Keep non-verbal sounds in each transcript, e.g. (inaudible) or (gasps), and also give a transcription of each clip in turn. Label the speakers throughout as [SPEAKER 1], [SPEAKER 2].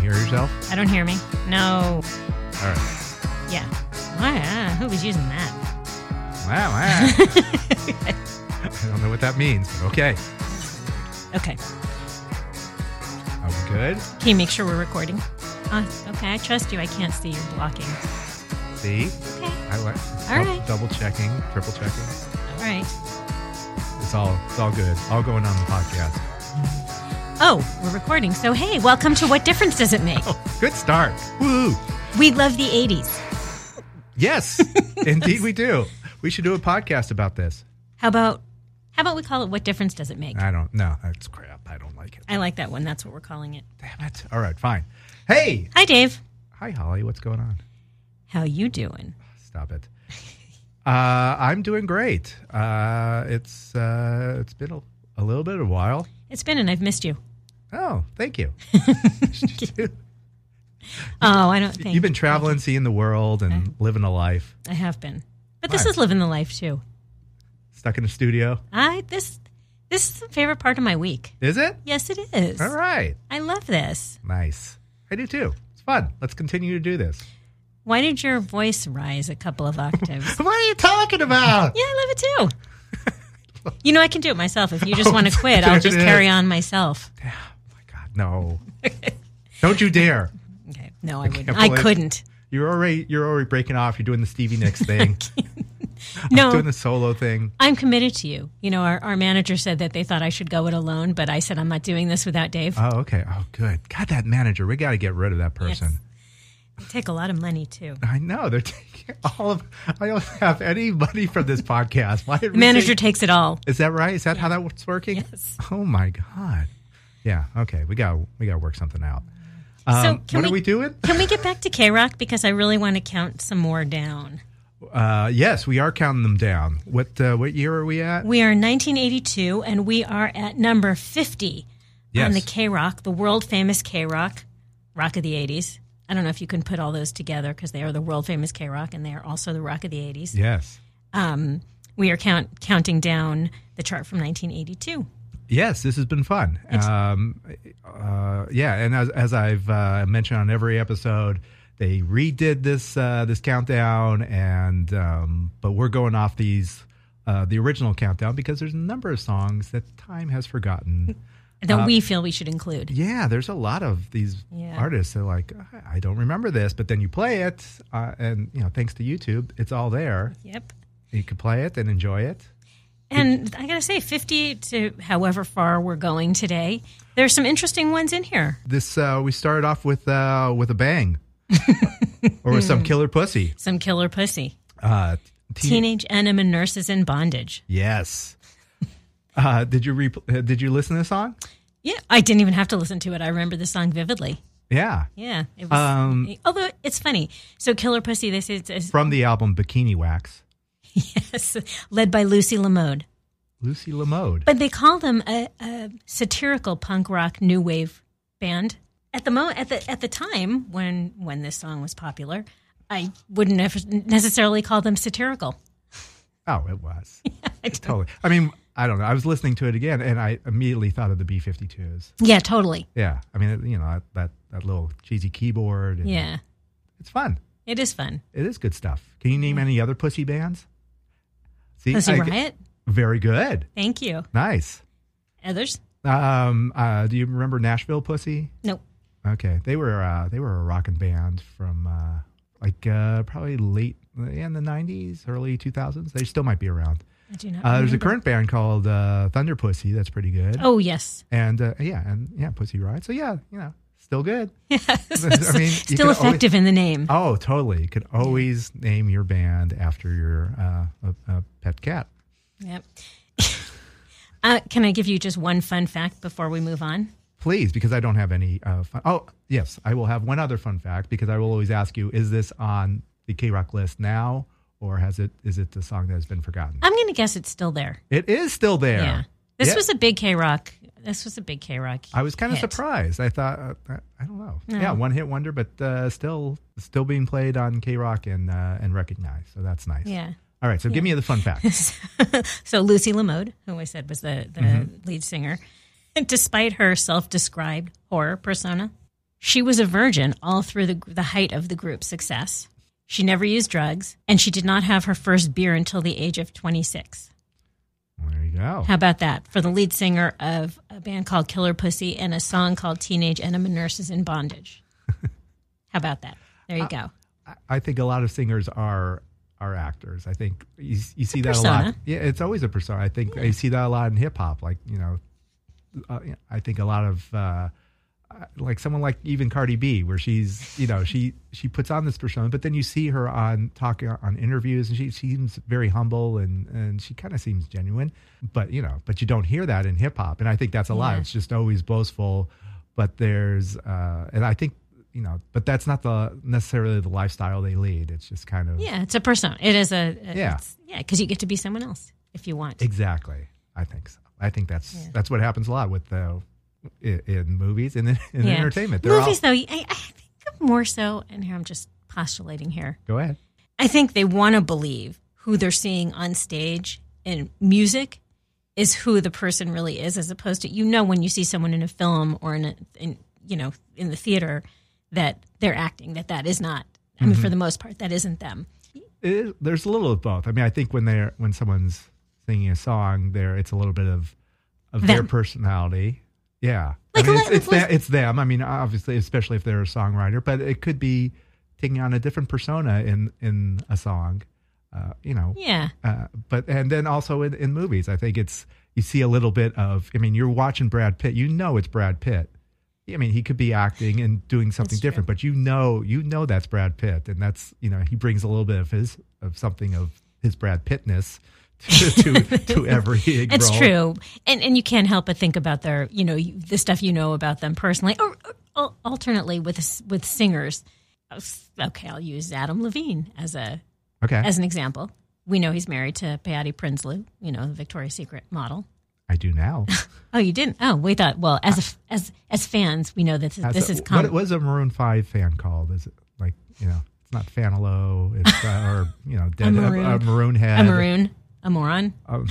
[SPEAKER 1] hear yourself?
[SPEAKER 2] I don't hear me. No.
[SPEAKER 1] All right.
[SPEAKER 2] Yeah. Why? Uh, who was using that?
[SPEAKER 1] (laughs) Wow,
[SPEAKER 2] (laughs)
[SPEAKER 1] wow. I don't know what that means, but okay.
[SPEAKER 2] okay.
[SPEAKER 1] Are we good?
[SPEAKER 2] Can you make sure we're recording? Uh, okay, I trust you. I can't see you're blocking.
[SPEAKER 1] See?
[SPEAKER 2] Okay.
[SPEAKER 1] I like
[SPEAKER 2] All
[SPEAKER 1] dou-
[SPEAKER 2] right.
[SPEAKER 1] double checking, triple checking.
[SPEAKER 2] All right.
[SPEAKER 1] It's all it's all good. All going on the podcast.
[SPEAKER 2] Oh, we're recording. So, hey, welcome to What Difference Does It Make?
[SPEAKER 1] Oh, good start. Woo!
[SPEAKER 2] We love the 80s. (laughs)
[SPEAKER 1] Yes, indeed we do. We should do a podcast about this.
[SPEAKER 2] How about how about we call it What Difference Does It Make?
[SPEAKER 1] I don't know. That's crap. I don't like it.
[SPEAKER 2] I like that one. That's what we're calling it.
[SPEAKER 1] Damn it. All right, fine. Hey.
[SPEAKER 2] Hi, Dave.
[SPEAKER 1] Hi, Holly. What's going on?
[SPEAKER 2] How you doing?
[SPEAKER 1] Stop it. (laughs) Uh, I'm doing great. Uh, it's uh, it's been a, a little bit of a while.
[SPEAKER 2] It's been and I've missed you.
[SPEAKER 1] Oh, thank you.
[SPEAKER 2] Oh, I don't think
[SPEAKER 1] You've been traveling, seeing the world, and living a life.
[SPEAKER 2] I have been. But this
[SPEAKER 1] Why?
[SPEAKER 2] is living the life too.
[SPEAKER 1] Stuck in the studio.
[SPEAKER 2] I this this is the favorite part of my week.
[SPEAKER 1] Is it?
[SPEAKER 2] Yes, it is.
[SPEAKER 1] All right.
[SPEAKER 2] I love this.
[SPEAKER 1] Nice. I do too. It's fun. Let's continue to do this.
[SPEAKER 2] Why did your voice rise a couple of octaves?
[SPEAKER 1] (laughs) (laughs) What are you talking about?
[SPEAKER 2] yeah, I
[SPEAKER 1] (laughs)
[SPEAKER 2] love it too. You know, I can do it myself. If you just want to quit,
[SPEAKER 1] Oh, there
[SPEAKER 2] I'll
[SPEAKER 1] it
[SPEAKER 2] just
[SPEAKER 1] is.
[SPEAKER 2] carry on myself.
[SPEAKER 1] Oh my God, no. Don't you dare.
[SPEAKER 2] Okay. No, I wouldn't.
[SPEAKER 1] can't
[SPEAKER 2] I
[SPEAKER 1] believe-
[SPEAKER 2] couldn't.
[SPEAKER 1] You're already you're already breaking off. You're doing the Stevie Nicks thing, doing
[SPEAKER 2] No,
[SPEAKER 1] the solo thing.
[SPEAKER 2] I'm committed to you. You know, our, our manager said that they thought I should go it alone, but I said I'm not doing this without Dave.
[SPEAKER 1] Oh, okay. Oh, good. God, that manager. We got to get rid of that person.
[SPEAKER 2] They take a lot of money too.
[SPEAKER 1] I know they're (laughs) taking all of. I don't have any money for this podcast. Why did
[SPEAKER 2] The manager tak's it all.
[SPEAKER 1] Is that right? Is that how that's working? Yes. Oh my God. Yeah. Okay. We got we got to work something out. Um,
[SPEAKER 2] So can
[SPEAKER 1] what are
[SPEAKER 2] we-
[SPEAKER 1] we doing?
[SPEAKER 2] Can we get back to K Rock because I really want to count some more down.
[SPEAKER 1] Uh, yes, we are counting them down. What uh, what year are we at?
[SPEAKER 2] We are in 1982, and we are at number 50 on
[SPEAKER 1] Yes.
[SPEAKER 2] the K Rock, the world famous K Rock, Rock of the 80s. I don't know if you can put all those together because they are the world famous K Rock and they are also the Rock of the 80s.
[SPEAKER 1] Yes.
[SPEAKER 2] Um, we are count, counting down the chart from 1982.
[SPEAKER 1] Yes, this has been fun. Um, uh, yeah, and as, as I've uh, mentioned on every episode, they redid this uh, this countdown, and um, but we're going off these uh, the original countdown because there's a number of songs that time has forgotten. Uh,
[SPEAKER 2] That we feel we should include.
[SPEAKER 1] yeah, there's a lot of these
[SPEAKER 2] Yeah.
[SPEAKER 1] artists that are like "I- I don't remember this, but then you play it, uh, and you know thanks to YouTube, it's all there.
[SPEAKER 2] Yep.
[SPEAKER 1] You can play it and enjoy it.
[SPEAKER 2] And I got to say, 50 to however far we're going today, there's some interesting ones in here.
[SPEAKER 1] This uh, we started off with uh, with a bang,
[SPEAKER 2] (laughs)
[SPEAKER 1] or with some killer pussy.
[SPEAKER 2] Some killer pussy.
[SPEAKER 1] Uh, teen-
[SPEAKER 2] Teenage Enema Nurses in Bondage.
[SPEAKER 1] Yes. Uh, did you re- uh, did you listen to the song?
[SPEAKER 2] Yeah, I didn't even have to listen to it. I remember the song vividly.
[SPEAKER 1] Yeah,
[SPEAKER 2] Yeah, it was.
[SPEAKER 1] Um,
[SPEAKER 2] although it's funny. So Killer Pussy, this is, is
[SPEAKER 1] from the album Bikini Wax,
[SPEAKER 2] (laughs) yes, led by Lucy Lamode,
[SPEAKER 1] Lucy Lamode.
[SPEAKER 2] but they call them a, a satirical punk rock new wave band. At the moment, at the at the time when when this song was popular, I wouldn't nef- necessarily call them satirical.
[SPEAKER 1] Oh,
[SPEAKER 2] (laughs)
[SPEAKER 1] it was totally. I mean, I don't know. I was listening to it again, and I immediately thought of the B52s.
[SPEAKER 2] Yeah, totally.
[SPEAKER 1] Yeah, I mean, it, you know that, that that little cheesy keyboard. And
[SPEAKER 2] Yeah,
[SPEAKER 1] it's fun.
[SPEAKER 2] it is fun.
[SPEAKER 1] It is good stuff. Can you name any other pussy bands? See,
[SPEAKER 2] Pussy
[SPEAKER 1] I-
[SPEAKER 2] Riot.
[SPEAKER 1] Very good.
[SPEAKER 2] Thank you.
[SPEAKER 1] Nice.
[SPEAKER 2] Others?
[SPEAKER 1] Um, uh, do you remember Nashville Pussy?
[SPEAKER 2] Nope.
[SPEAKER 1] Okay, they were uh, they were a rockin' band from uh, like uh, probably late yeah, in the '90s, early 2000s. They still might be around.
[SPEAKER 2] I do not.
[SPEAKER 1] Uh, there's a
[SPEAKER 2] remember.
[SPEAKER 1] current band called uh, Thunder Pussy that's pretty good,
[SPEAKER 2] Oh yes. (laughs)
[SPEAKER 1] and uh, yeah, and yeah, Pussy Riot. So yeah, you know, still good.
[SPEAKER 2] Yes.
[SPEAKER 1] I mean, you can
[SPEAKER 2] Still
[SPEAKER 1] always-
[SPEAKER 2] effective in the name.
[SPEAKER 1] Oh, totally. You could always name your band after your uh, a, a pet cat.
[SPEAKER 2] Yep. (laughs) uh, can I give you just one fun fact before we move on?
[SPEAKER 1] Please, because I don't have any. Uh, fun. Oh, yes, I will have one other fun fact because I will always ask you: Is this on the K Rock list now, or has it? Is it the song that has been forgotten?
[SPEAKER 2] I'm going to guess it's still there.
[SPEAKER 1] It is still there.
[SPEAKER 2] Yeah. This
[SPEAKER 1] Yeah.
[SPEAKER 2] was a big K Rock. This was a big K Rock.
[SPEAKER 1] I was kind of
[SPEAKER 2] hit.
[SPEAKER 1] surprised. I thought, uh, uh, I don't know.
[SPEAKER 2] No.
[SPEAKER 1] Yeah, one hit wonder, but uh, still, still being played on K Rock and uh, and recognized. So that's nice.
[SPEAKER 2] Yeah. (laughs)
[SPEAKER 1] All right. So give me the fun fact.
[SPEAKER 2] so Lucy Lamode, who I said (laughs)
[SPEAKER 1] Mm-hmm.
[SPEAKER 2] was the, the lead singer, despite her self described horror persona, She was a virgin all through the, the height of the group's success. She never used drugs, and she did not have her first beer until the age of 26.
[SPEAKER 1] There you go.
[SPEAKER 2] How about that? For the lead singer of a band called Killer Pussy and a song called Teenage Enema Nurses in
[SPEAKER 1] (laughs)
[SPEAKER 2] Bondage. How about that? There
[SPEAKER 1] Uh,
[SPEAKER 2] you go.
[SPEAKER 1] I- I think a lot of singers are are actors. I think you, you see that a lot.
[SPEAKER 2] persona.
[SPEAKER 1] Yeah, it's always a persona. I think you see that a lot in hip hop. Like you know, uh, I think a lot of uh, like someone like even Cardi B, where she's you know she she puts on this persona, but then you see her on talking on interviews, and she seems very humble and and she kind of seems genuine. But you know, but you don't hear that in hip hop, and I think that's a lot.
[SPEAKER 2] Yeah.
[SPEAKER 1] It's just always boastful. But there's uh, and I think you know, but that's not the necessarily the lifestyle they lead. It's just kind of
[SPEAKER 2] Yeah, it's a persona. It is a, a-
[SPEAKER 1] Yeah.
[SPEAKER 2] it's- yeah, because you get to be someone else if you want.
[SPEAKER 1] Exactly. I think so. I think that's
[SPEAKER 2] Yeah.
[SPEAKER 1] that's what happens a lot with uh, in, in movies and in, in
[SPEAKER 2] Yeah.
[SPEAKER 1] entertainment. They're
[SPEAKER 2] Movies, though, I, I think more so, and here I'm just postulating here.
[SPEAKER 1] all go ahead.
[SPEAKER 2] I think they want to believe who they're seeing on stage in music is who the person really is, as opposed to you know when you see someone in a film or in, a, in you know in the theater that they're acting that that is not. I mean, for the most part, that isn't them.
[SPEAKER 1] It is, there's a little of both. I mean, I think when they're when someone's singing a song, there it's a little bit of of their
[SPEAKER 2] Them.
[SPEAKER 1] personality. Yeah,
[SPEAKER 2] Like,
[SPEAKER 1] I mean,
[SPEAKER 2] like-
[SPEAKER 1] it's, it's,
[SPEAKER 2] like-
[SPEAKER 1] them, it's them. I mean, obviously, especially if they're a songwriter, but it could be taking on a different persona in in a song. Uh, you know,
[SPEAKER 2] Yeah,
[SPEAKER 1] Uh, but and then also in, in movies, I think it's you see a little bit of. I mean, you're watching Brad Pitt. You know it's Brad Pitt. I mean, he could be acting and doing something
[SPEAKER 2] That's true.
[SPEAKER 1] different, but you know, you know that's Brad Pitt, and that's you know he brings a little bit of his of something of his Brad Pittness (laughs) to to,
[SPEAKER 2] (laughs)
[SPEAKER 1] to every
[SPEAKER 2] it's
[SPEAKER 1] role.
[SPEAKER 2] true, and and you can't help but think about their you know you, the stuff you know about them personally, or, or, al- alternately with s- with singers. Oh, Okay, I'll use Adam Levine as a
[SPEAKER 1] Okay,
[SPEAKER 2] as an example. We know he's married to Patty Prinsloo, you know, the Victoria's Secret model.
[SPEAKER 1] I do now.
[SPEAKER 2] Oh, you didn't? Oh, we thought. Well, as a f as as fans, we know that this, this
[SPEAKER 1] As a-
[SPEAKER 2] is common.
[SPEAKER 1] what was a Maroon Five fan called? Is it like you know? It's not Fanalo, it's uh, or
[SPEAKER 2] (laughs)
[SPEAKER 1] you know, dead, a,
[SPEAKER 2] maroon.
[SPEAKER 1] a maroon head.
[SPEAKER 2] a maroon, a moron.
[SPEAKER 1] Oh,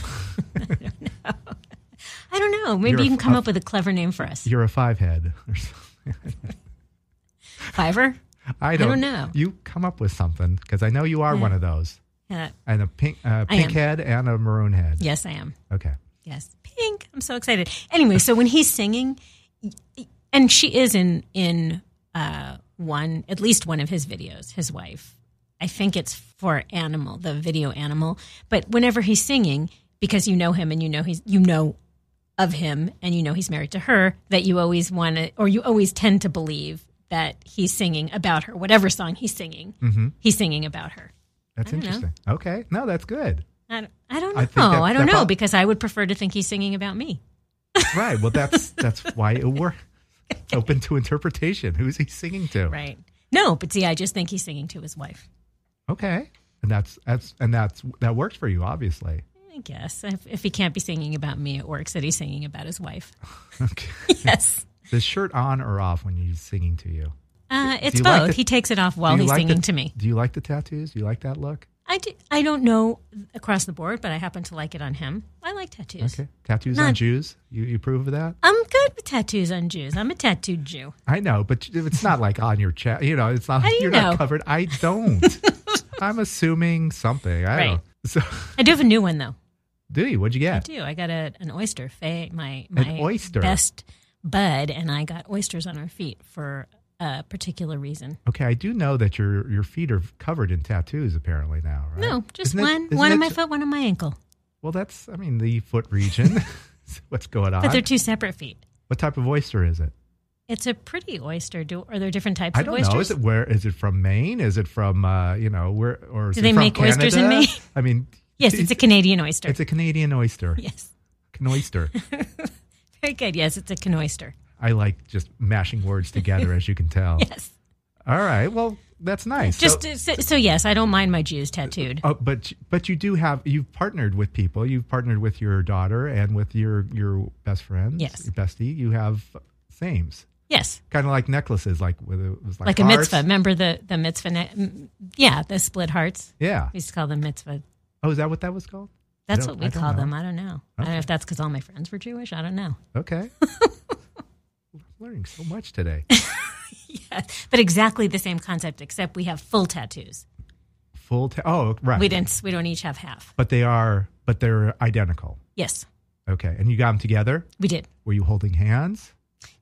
[SPEAKER 2] I don't know. Maybe
[SPEAKER 1] You're
[SPEAKER 2] you
[SPEAKER 1] a
[SPEAKER 2] can
[SPEAKER 1] f-
[SPEAKER 2] come
[SPEAKER 1] a-
[SPEAKER 2] up with a clever name for
[SPEAKER 1] (laughs)
[SPEAKER 2] us.
[SPEAKER 1] (laughs) you're a five head or something.
[SPEAKER 2] Fiverr.
[SPEAKER 1] I don't,
[SPEAKER 2] don't know.
[SPEAKER 1] You come up with something because I know you are one of those,
[SPEAKER 2] Uh,
[SPEAKER 1] and a pink, uh, pink
[SPEAKER 2] am.
[SPEAKER 1] head and a maroon head.
[SPEAKER 2] yes, I am.
[SPEAKER 1] Okay,
[SPEAKER 2] Yes, pink. I'm so excited. Anyway, so when he's singing, and she is in in uh, one at least one of his videos, his wife. I think it's for Animal, the video Animal. But whenever he's singing, because you know him and you know he's you know of him and you know he's married to her, that you always want to or you always tend to believe that he's singing about her, whatever song he's singing,
[SPEAKER 1] Mm-hmm.
[SPEAKER 2] he's singing about her.
[SPEAKER 1] that's
[SPEAKER 2] don't know.
[SPEAKER 1] interesting. Okay, no, that's good.
[SPEAKER 2] I don't, I don't know.
[SPEAKER 1] I
[SPEAKER 2] I,
[SPEAKER 1] think that-
[SPEAKER 2] don't
[SPEAKER 1] that
[SPEAKER 2] know
[SPEAKER 1] prob-
[SPEAKER 2] because I would prefer to think he's singing about me.
[SPEAKER 1] right. Well, that's (laughs) that's why it works. It's open to interpretation. Who's he singing to?
[SPEAKER 2] Right. No, but see, I just think he's singing to his wife.
[SPEAKER 1] Okay, and that's that's and that's that works for you,
[SPEAKER 2] (laughs)
[SPEAKER 1] obviously.
[SPEAKER 2] I guess if, if he can't be singing about me, it works that he's singing about his
[SPEAKER 1] (laughs)
[SPEAKER 2] wife.
[SPEAKER 1] Okay.
[SPEAKER 2] Yes,
[SPEAKER 1] the shirt on or off when he's singing to you?
[SPEAKER 2] uh, it's
[SPEAKER 1] you
[SPEAKER 2] both.
[SPEAKER 1] like the-
[SPEAKER 2] he takes it off while
[SPEAKER 1] Do you
[SPEAKER 2] he's
[SPEAKER 1] like the-
[SPEAKER 2] singing to me.
[SPEAKER 1] Do you like the tattoos? Do you like that look?
[SPEAKER 2] I do, I don't know across the board, but I happen to like it on him. I like tattoos.
[SPEAKER 1] Okay, tattoos on
[SPEAKER 2] Not-
[SPEAKER 1] Jews. You you approve of that?
[SPEAKER 2] I'm good with tattoos on Jews. I'm a tattooed Jew.
[SPEAKER 1] I know, but it's not like on your chest. You know, it's not.
[SPEAKER 2] do you
[SPEAKER 1] you're not
[SPEAKER 2] know?
[SPEAKER 1] covered. I
[SPEAKER 2] (laughs)
[SPEAKER 1] don't. I'm assuming something. I
[SPEAKER 2] Right.
[SPEAKER 1] don't. So, (laughs)
[SPEAKER 2] I do have a new one though.
[SPEAKER 1] do you? What'd you
[SPEAKER 2] I
[SPEAKER 1] get?
[SPEAKER 2] do. I got a, an oyster. Faye, my my
[SPEAKER 1] oyster.
[SPEAKER 2] best bud, and I got oysters on our feet for a particular reason.
[SPEAKER 1] Okay, I do know that your your feet are covered in tattoos apparently now, right?
[SPEAKER 2] No, just
[SPEAKER 1] Isn't it-
[SPEAKER 2] one.
[SPEAKER 1] isn't
[SPEAKER 2] one on
[SPEAKER 1] it-
[SPEAKER 2] my foot, one on my ankle.
[SPEAKER 1] Well, that's. I mean, the foot
[SPEAKER 2] (laughs)
[SPEAKER 1] region. (laughs) What's going on?
[SPEAKER 2] But they're two separate feet.
[SPEAKER 1] what type of oyster is it?
[SPEAKER 2] It's a pretty oyster. Do are there different types
[SPEAKER 1] I
[SPEAKER 2] of
[SPEAKER 1] don't
[SPEAKER 2] oysters?
[SPEAKER 1] know. Is it where? Is it from Maine? Is it from uh, you know where? Or is
[SPEAKER 2] Do
[SPEAKER 1] it
[SPEAKER 2] they
[SPEAKER 1] from
[SPEAKER 2] make oysters in
[SPEAKER 1] Canada?
[SPEAKER 2] Maine?
[SPEAKER 1] I mean,
[SPEAKER 2] (laughs) yes, it's a Canadian oyster.
[SPEAKER 1] it's a Canadian oyster.
[SPEAKER 2] yes,
[SPEAKER 1] An
[SPEAKER 2] (laughs)
[SPEAKER 1] oyster.
[SPEAKER 2] very good. Yes, it's a can oyster.
[SPEAKER 1] I like just mashing words together, as you can
[SPEAKER 2] (laughs)
[SPEAKER 1] tell.
[SPEAKER 2] Yes,
[SPEAKER 1] All right. Well, that's nice.
[SPEAKER 2] just uh,
[SPEAKER 1] So-
[SPEAKER 2] so, so, yes, I don't mind my Jews tattooed.
[SPEAKER 1] oh, but but you do have you've partnered with people. You've partnered with your daughter and with your your best friend.
[SPEAKER 2] Yes.
[SPEAKER 1] Your bestie. You have sames,
[SPEAKER 2] yes,
[SPEAKER 1] kind of like necklaces, like with it was like,
[SPEAKER 2] like a
[SPEAKER 1] uh, hearts.
[SPEAKER 2] mitzvah. Remember the the mitzvah? ne- mm, Yeah, the split hearts.
[SPEAKER 1] Yeah.
[SPEAKER 2] We used to call them mitzvah.
[SPEAKER 1] Oh, is that what that was called?
[SPEAKER 2] That's
[SPEAKER 1] don't-
[SPEAKER 2] what
[SPEAKER 1] I
[SPEAKER 2] we
[SPEAKER 1] don't
[SPEAKER 2] call
[SPEAKER 1] know.
[SPEAKER 2] them. I don't know. I don't know if that's because all my friends were Jewish. I don't know.
[SPEAKER 1] Okay. I'm learning so much today.
[SPEAKER 2] yeah, (laughs) but exactly the same concept, except we have full tattoos.
[SPEAKER 1] Full. Ta- oh, right.
[SPEAKER 2] We didn't. We don't each have half.
[SPEAKER 1] But they are. But they're identical.
[SPEAKER 2] Yes,
[SPEAKER 1] Okay. And you got them together.
[SPEAKER 2] we did.
[SPEAKER 1] Were you holding hands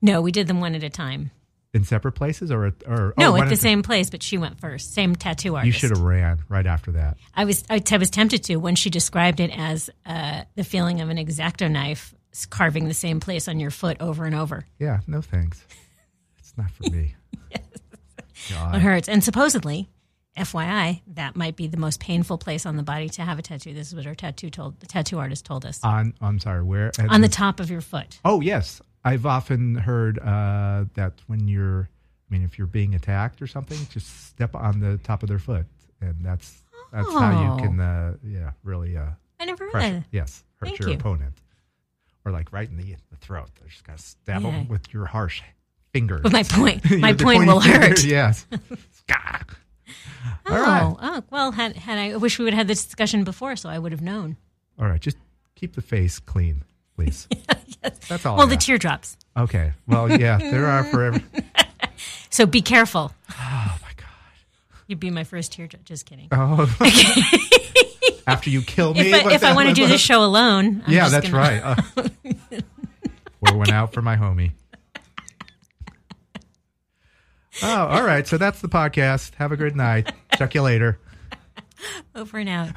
[SPEAKER 2] No, we did them one at a time.
[SPEAKER 1] in separate places, or at- or oh,
[SPEAKER 2] No,
[SPEAKER 1] one
[SPEAKER 2] at the
[SPEAKER 1] at
[SPEAKER 2] same place, but she went first. Same tattoo artist.
[SPEAKER 1] You should have ran right after that.
[SPEAKER 2] I was I, t- I was tempted to when she described it as uh, the feeling of an exacto knife s- carving the same place on your foot over and over.
[SPEAKER 1] Yeah. No thanks. It's not
[SPEAKER 2] (laughs)
[SPEAKER 1] for me.
[SPEAKER 2] It hurts, and supposedly, FYI, that might be the most painful place on the body to have a tattoo. This is what our tattoo told the tattoo artist told us
[SPEAKER 1] On. I'm sorry. Where? at
[SPEAKER 2] on the top of your foot.
[SPEAKER 1] Oh yes, I've often heard uh, that when you're, I mean, if you're being attacked or something, just step on the top of their foot, and that's that's how
[SPEAKER 2] Oh.
[SPEAKER 1] you can, uh, yeah, really uh,
[SPEAKER 2] I never
[SPEAKER 1] crush,
[SPEAKER 2] realized.
[SPEAKER 1] yes, hurt
[SPEAKER 2] Thank
[SPEAKER 1] your
[SPEAKER 2] you.
[SPEAKER 1] opponent, or like right in the, the throat. They're just gonna stab
[SPEAKER 2] Yeah.
[SPEAKER 1] them with your harsh fingers.
[SPEAKER 2] But my
[SPEAKER 1] (laughs)
[SPEAKER 2] point, my
[SPEAKER 1] Your- the
[SPEAKER 2] point
[SPEAKER 1] pointy (laughs)
[SPEAKER 2] will
[SPEAKER 1] finger,
[SPEAKER 2] hurt.
[SPEAKER 1] Yes.
[SPEAKER 2] (laughs)
[SPEAKER 1] Scar.
[SPEAKER 2] Oh,
[SPEAKER 1] All right.
[SPEAKER 2] oh, well, had, had I, I wish we would have had this discussion before, so I would have known.
[SPEAKER 1] All right. Just keep the face clean,
[SPEAKER 2] (laughs)
[SPEAKER 1] please. That's all. I
[SPEAKER 2] well, the
[SPEAKER 1] ask.
[SPEAKER 2] teardrops.
[SPEAKER 1] okay. Well, yeah, there are
[SPEAKER 2] (laughs)
[SPEAKER 1] for every.
[SPEAKER 2] So be careful.
[SPEAKER 1] Oh my god.
[SPEAKER 2] You'd be my first teardrop. Just kidding.
[SPEAKER 1] Oh. After you kill me.
[SPEAKER 2] If I,
[SPEAKER 1] what
[SPEAKER 2] if I
[SPEAKER 1] the-
[SPEAKER 2] want to do this show alone, I'm
[SPEAKER 1] Yeah,
[SPEAKER 2] just
[SPEAKER 1] that's
[SPEAKER 2] gonna-
[SPEAKER 1] right. Uh,
[SPEAKER 2] (laughs)
[SPEAKER 1] pour one out for my homie. Oh, all right. So that's the podcast. Have a good night. Check you later.
[SPEAKER 2] Over and out.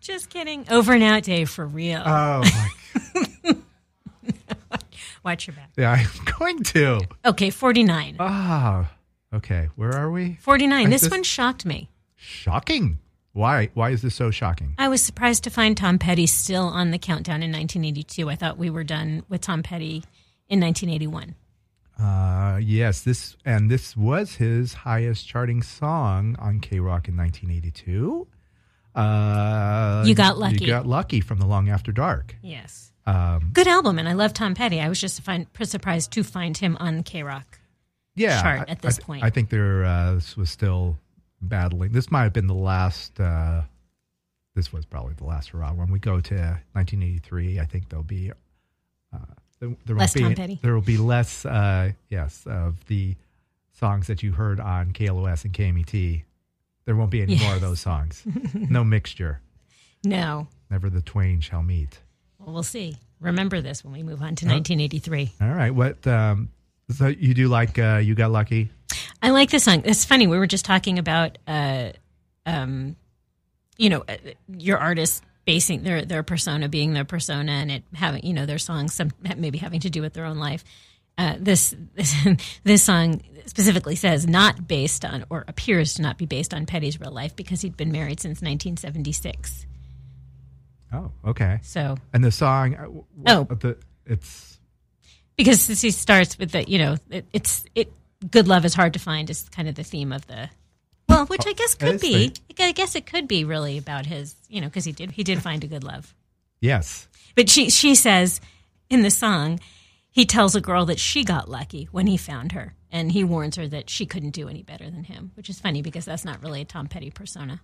[SPEAKER 2] just kidding. Over and out day for real.
[SPEAKER 1] Oh, my
[SPEAKER 2] Watch your back.
[SPEAKER 1] yeah, I'm going to.
[SPEAKER 2] Okay, 49.
[SPEAKER 1] Ah, okay. Where are we?
[SPEAKER 2] 49.
[SPEAKER 1] I
[SPEAKER 2] This
[SPEAKER 1] just-
[SPEAKER 2] one shocked me.
[SPEAKER 1] Shocking. Why? Why is this so shocking?
[SPEAKER 2] I was surprised to find Tom Petty still on the countdown in 1982. I thought we were done with Tom Petty in 1981.
[SPEAKER 1] Uh, yes, this and this was his highest charting song on K Rock in 1982. Uh,
[SPEAKER 2] You Got Lucky.
[SPEAKER 1] You got lucky from the Long After Dark.
[SPEAKER 2] Yes.
[SPEAKER 1] Um,
[SPEAKER 2] Good album, and I love Tom Petty. I was just find, surprised to find him on K Rock.
[SPEAKER 1] yeah,
[SPEAKER 2] Chart at
[SPEAKER 1] I- I
[SPEAKER 2] this
[SPEAKER 1] th-
[SPEAKER 2] point.
[SPEAKER 1] I think there uh, this was still battling. This might have been the last. Uh, this was probably the last hurrah. When we go to 1983, I think there'll be uh, there, there
[SPEAKER 2] Less
[SPEAKER 1] won't be
[SPEAKER 2] Tom Petty.
[SPEAKER 1] there will be less. Uh, yes, of the songs that you heard on KLOS and KMET. There won't be any more of
[SPEAKER 2] (laughs)
[SPEAKER 1] those songs. no mixture.
[SPEAKER 2] No.
[SPEAKER 1] Never the twain shall meet.
[SPEAKER 2] Well, we'll see. Remember this when we move on to 1983.
[SPEAKER 1] All right. What? Um, so you do like uh, you got lucky?
[SPEAKER 2] I like this song. It's funny. We were just talking about, uh, um, you know, uh, your artists basing their their persona being their persona, and it having you know their songs some maybe having to do with their own life. Uh, this, (laughs) this this song specifically says not based on or appears to not be based on Petty's real life because he'd been married since 1976.
[SPEAKER 1] Oh, okay.
[SPEAKER 2] So
[SPEAKER 1] And the song, uh, w-
[SPEAKER 2] Oh.
[SPEAKER 1] the, it's
[SPEAKER 2] because since he starts with the you know it, it's it good love is hard to find is kind of the theme of the well which i guess
[SPEAKER 1] That
[SPEAKER 2] could
[SPEAKER 1] is
[SPEAKER 2] be i guess it could be really about his you know because he did he did find a good love
[SPEAKER 1] yes,
[SPEAKER 2] but she she says in the song he tells a girl that she got lucky when he found her and he warns her that she couldn't do any better than him which is funny because that's not really a tom petty persona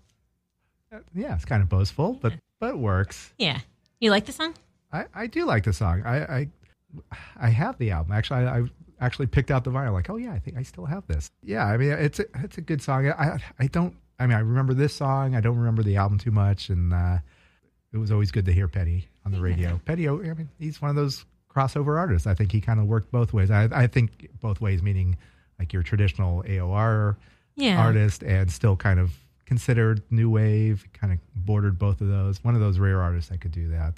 [SPEAKER 1] Uh, yeah, it's kind of boastful, but but it works.
[SPEAKER 2] yeah you like the song
[SPEAKER 1] I, I do like the song. I, I I have the album actually. I, I actually picked out the vinyl. Like, oh yeah, I think I still have this. Yeah, I mean it's a, it's a good song. I I don't. I mean, I remember this song. I don't remember the album too much, and uh, it was always good to hear Petty on the radio. Petty, I mean, he's one of those crossover artists. I think he kind of worked both ways. I, I think both ways, meaning like your traditional AOR
[SPEAKER 2] yeah
[SPEAKER 1] artist and still kind of considered new wave, kind of bordered both of those. One of those rare artists that could do that.